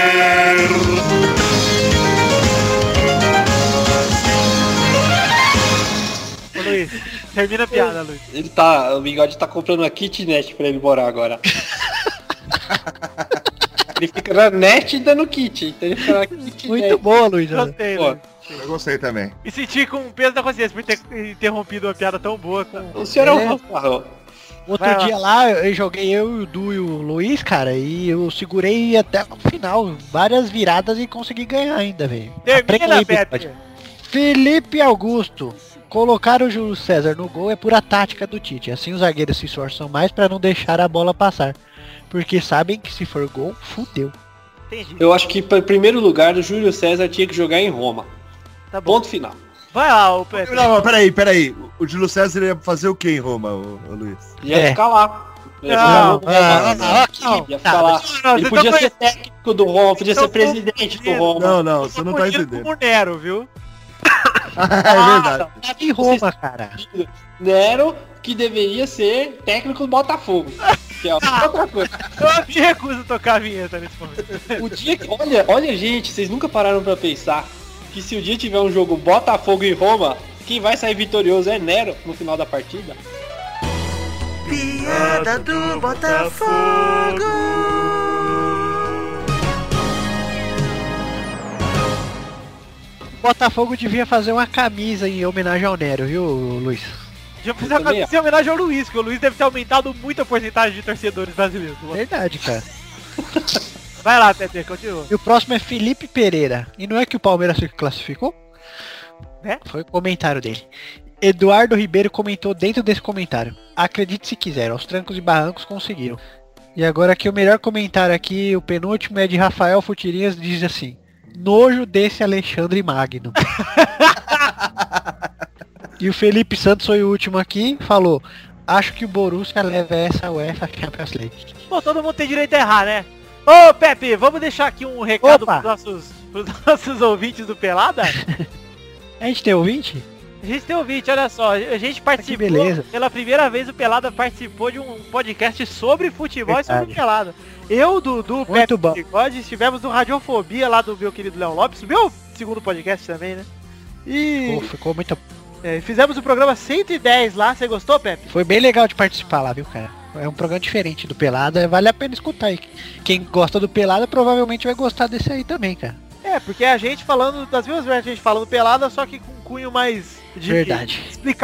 Ô, Luiz, termina a piada, Luiz.
Ele tá, o bigode tá comprando uma kitnet pra ele morar agora. ele fica na net dando kit, então ele fica na kitnet.
Muito boa, Luiz.
Gostei,
Pô,
Luiz.
Eu gostei também.
E senti com um peso na consciência por ter interrompido uma piada tão boa. tá? Com...
o senhor é
É.
um fanfarrão.
Outro
Vai lá.
dia lá, eu joguei eu, o Du e o Luiz, cara, e eu segurei até o final, várias viradas e consegui ganhar ainda, velho.
Termina,
Aprenda aí,
Pepe.
Felipe Augusto. Colocar o Júlio César no gol é pura tática do Tite. Assim os zagueiros se esforçam mais pra não deixar a bola passar. Porque sabem que se for gol, fudeu.
Entendi.
Eu acho que em primeiro lugar o Júlio César tinha que jogar em Roma.
Tá bom.
Ponto final.
Vai lá, o Pepe.
Não, não, peraí, peraí. O- O Júlio César ia fazer o que em Roma, ô, ô Luiz?
Ia
É.
ficar lá.
Não,
Ah, não, aqui,
Ia ficar lá.
não,
Ah,
tá vocês
ele podia
então
tão
ser técnico do Roma, podia
Vocês
ser
tão
presidente do
confundindo.
Roma.
Não, não, você não tá
Confundiram
entendendo.
com o Nero, viu?
é verdade.
Tava em Roma, cara.
Nero, que deveria ser técnico do Botafogo. Que é outra coisa.
Eu me recuso a tocar a vinheta nesse momento.
O dia que. Olha, olha, gente, vocês nunca pararam pra pensar que se o dia tiver um jogo Botafogo e Roma, quem vai sair vitorioso é Nero no final da partida.
Piada do Botafogo.
O Botafogo devia fazer uma camisa em homenagem ao Nero, viu, Luiz?
Já fiz uma
também
camisa em homenagem ao Luiz, que o Luiz deve ter aumentado muito a porcentagem de torcedores brasileiros.
Verdade, cara.
Vai lá, Pepe, continua.
E o próximo é Felipe Pereira. E não é que o Palmeiras se classificou?
Né?
Foi o comentário dele. Eduardo Ribeiro comentou dentro desse comentário. Acredite se quiser, aos trancos e barrancos conseguiram. E agora aqui o melhor comentário aqui, o penúltimo é de Rafael Futirinhas, diz assim. Nojo desse Alexandre Magno. e o Felipe Santos foi o último aqui, falou. Acho que o Borussia leva essa UEFA Champions League.
Bom, todo mundo tem direito a errar, né? Ô, Pepe, vamos deixar aqui um recado
Opa.
pros nossos, pros nossos ouvintes do Pelada?
A gente tem ouvinte?
A gente tem ouvinte, olha só, a gente participou,
beleza.
pela primeira vez o Pelada participou de um podcast sobre futebol e sobre
Verdade.
Pelada. Eu, Dudu,
Muito
Pepe
bom.
e Bigode estivemos no Radiofobia lá do meu querido Léo Lopes, meu segundo podcast também, né? E
Pô, ficou muito...
é, fizemos o programa 110 lá, você gostou, Pepe?
Foi bem legal de participar lá, viu, cara? É um programa diferente do Pelada, vale a pena escutar aí. Quem gosta do Pelada provavelmente vai gostar desse aí também, cara.
É, porque é a gente falando, das mesmas vezes a gente falando Pelada, só que com um cunho mais de
Verdade.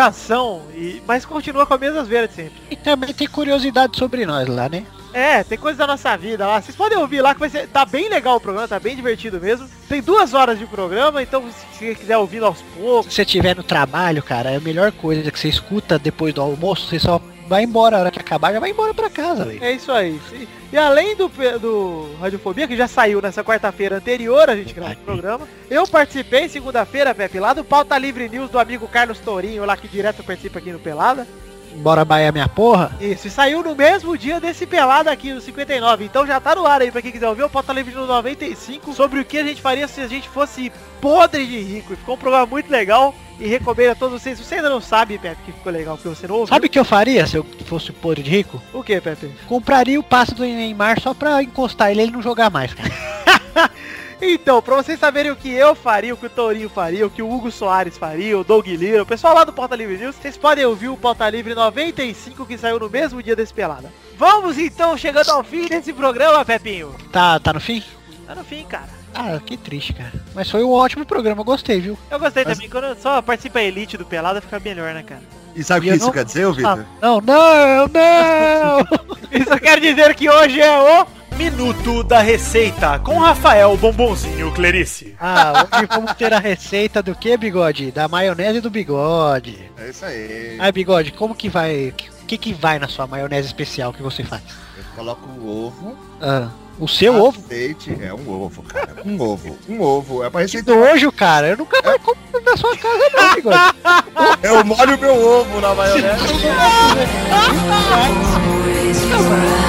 explicação, e, mas continua com as mesmas vezes sempre.
E também tem curiosidade sobre nós lá, né?
É, tem coisa da nossa vida lá. Vocês podem ouvir lá que vai ser. Tá bem legal o programa, tá bem divertido mesmo. Tem duas horas de programa, então se você quiser ouvindo aos poucos.
Se você estiver no trabalho, cara, é a melhor coisa que você escuta depois do almoço, você só vai embora, a hora que acabar já vai embora pra casa, velho.
É isso aí. E- E além do, pe- do Radiofobia, que já saiu nessa quarta-feira anterior, a gente gravou o programa, eu participei segunda-feira, Pepe, lá do Pauta Livre News do amigo Carlos Tourinho, lá que direto participa aqui no Pelada.
Bora Bahia minha porra.
Isso, e saiu no mesmo dia desse pelado aqui, no 59. Então já tá no ar aí pra quem quiser ouvir o Pauta Livre no 95 sobre o que a gente faria se a gente fosse podre de rico. E ficou um programa muito legal e recomendo a todos vocês. Se você ainda não sabe, Pepe, que ficou legal, porque você não ouviu.
Sabe o que eu faria se eu fosse o podre de rico?
o que, Pepe?
Compraria o passe do Neymar só pra encostar ele e ele não jogar mais, cara.
Então, pra vocês saberem o que eu faria, o que o Tourinho faria, o que o Hugo Soares faria, o Doug Lira, o pessoal lá do Pauta Livre News, vocês podem ouvir o Pauta Livre 95 que saiu no mesmo dia desse pelada. Vamos então chegando ao fim desse programa, Pepinho.
Tá, tá no fim?
Tá no fim, cara.
Ah, que triste, cara. Mas foi um ótimo programa, eu gostei, viu?
Eu gostei também, quando só participa a elite do Pelada fica melhor, né, cara?
E sabe o
Eu
que isso
não-
quer dizer, ô Vitor?
Não, não, não!
Isso quer dizer que hoje é o Minuto da Receita com Rafael Bombonzinho Clerice.
Ah, hoje vamos ter a receita do que, bigode? Da maionese do bigode.
É isso aí.
Ah, bigode, como que vai. O que, que vai na sua maionese especial que você faz?
Eu coloco o ovo.
Ah, o seu ovo?
Azeite. É um ovo, cara. Um ovo. Um ovo. É pra
Que
receita.
nojo, cara. Eu nunca mais compro na sua casa, não, bigode.
É, Eu molho meu ovo na maionese.
Always right.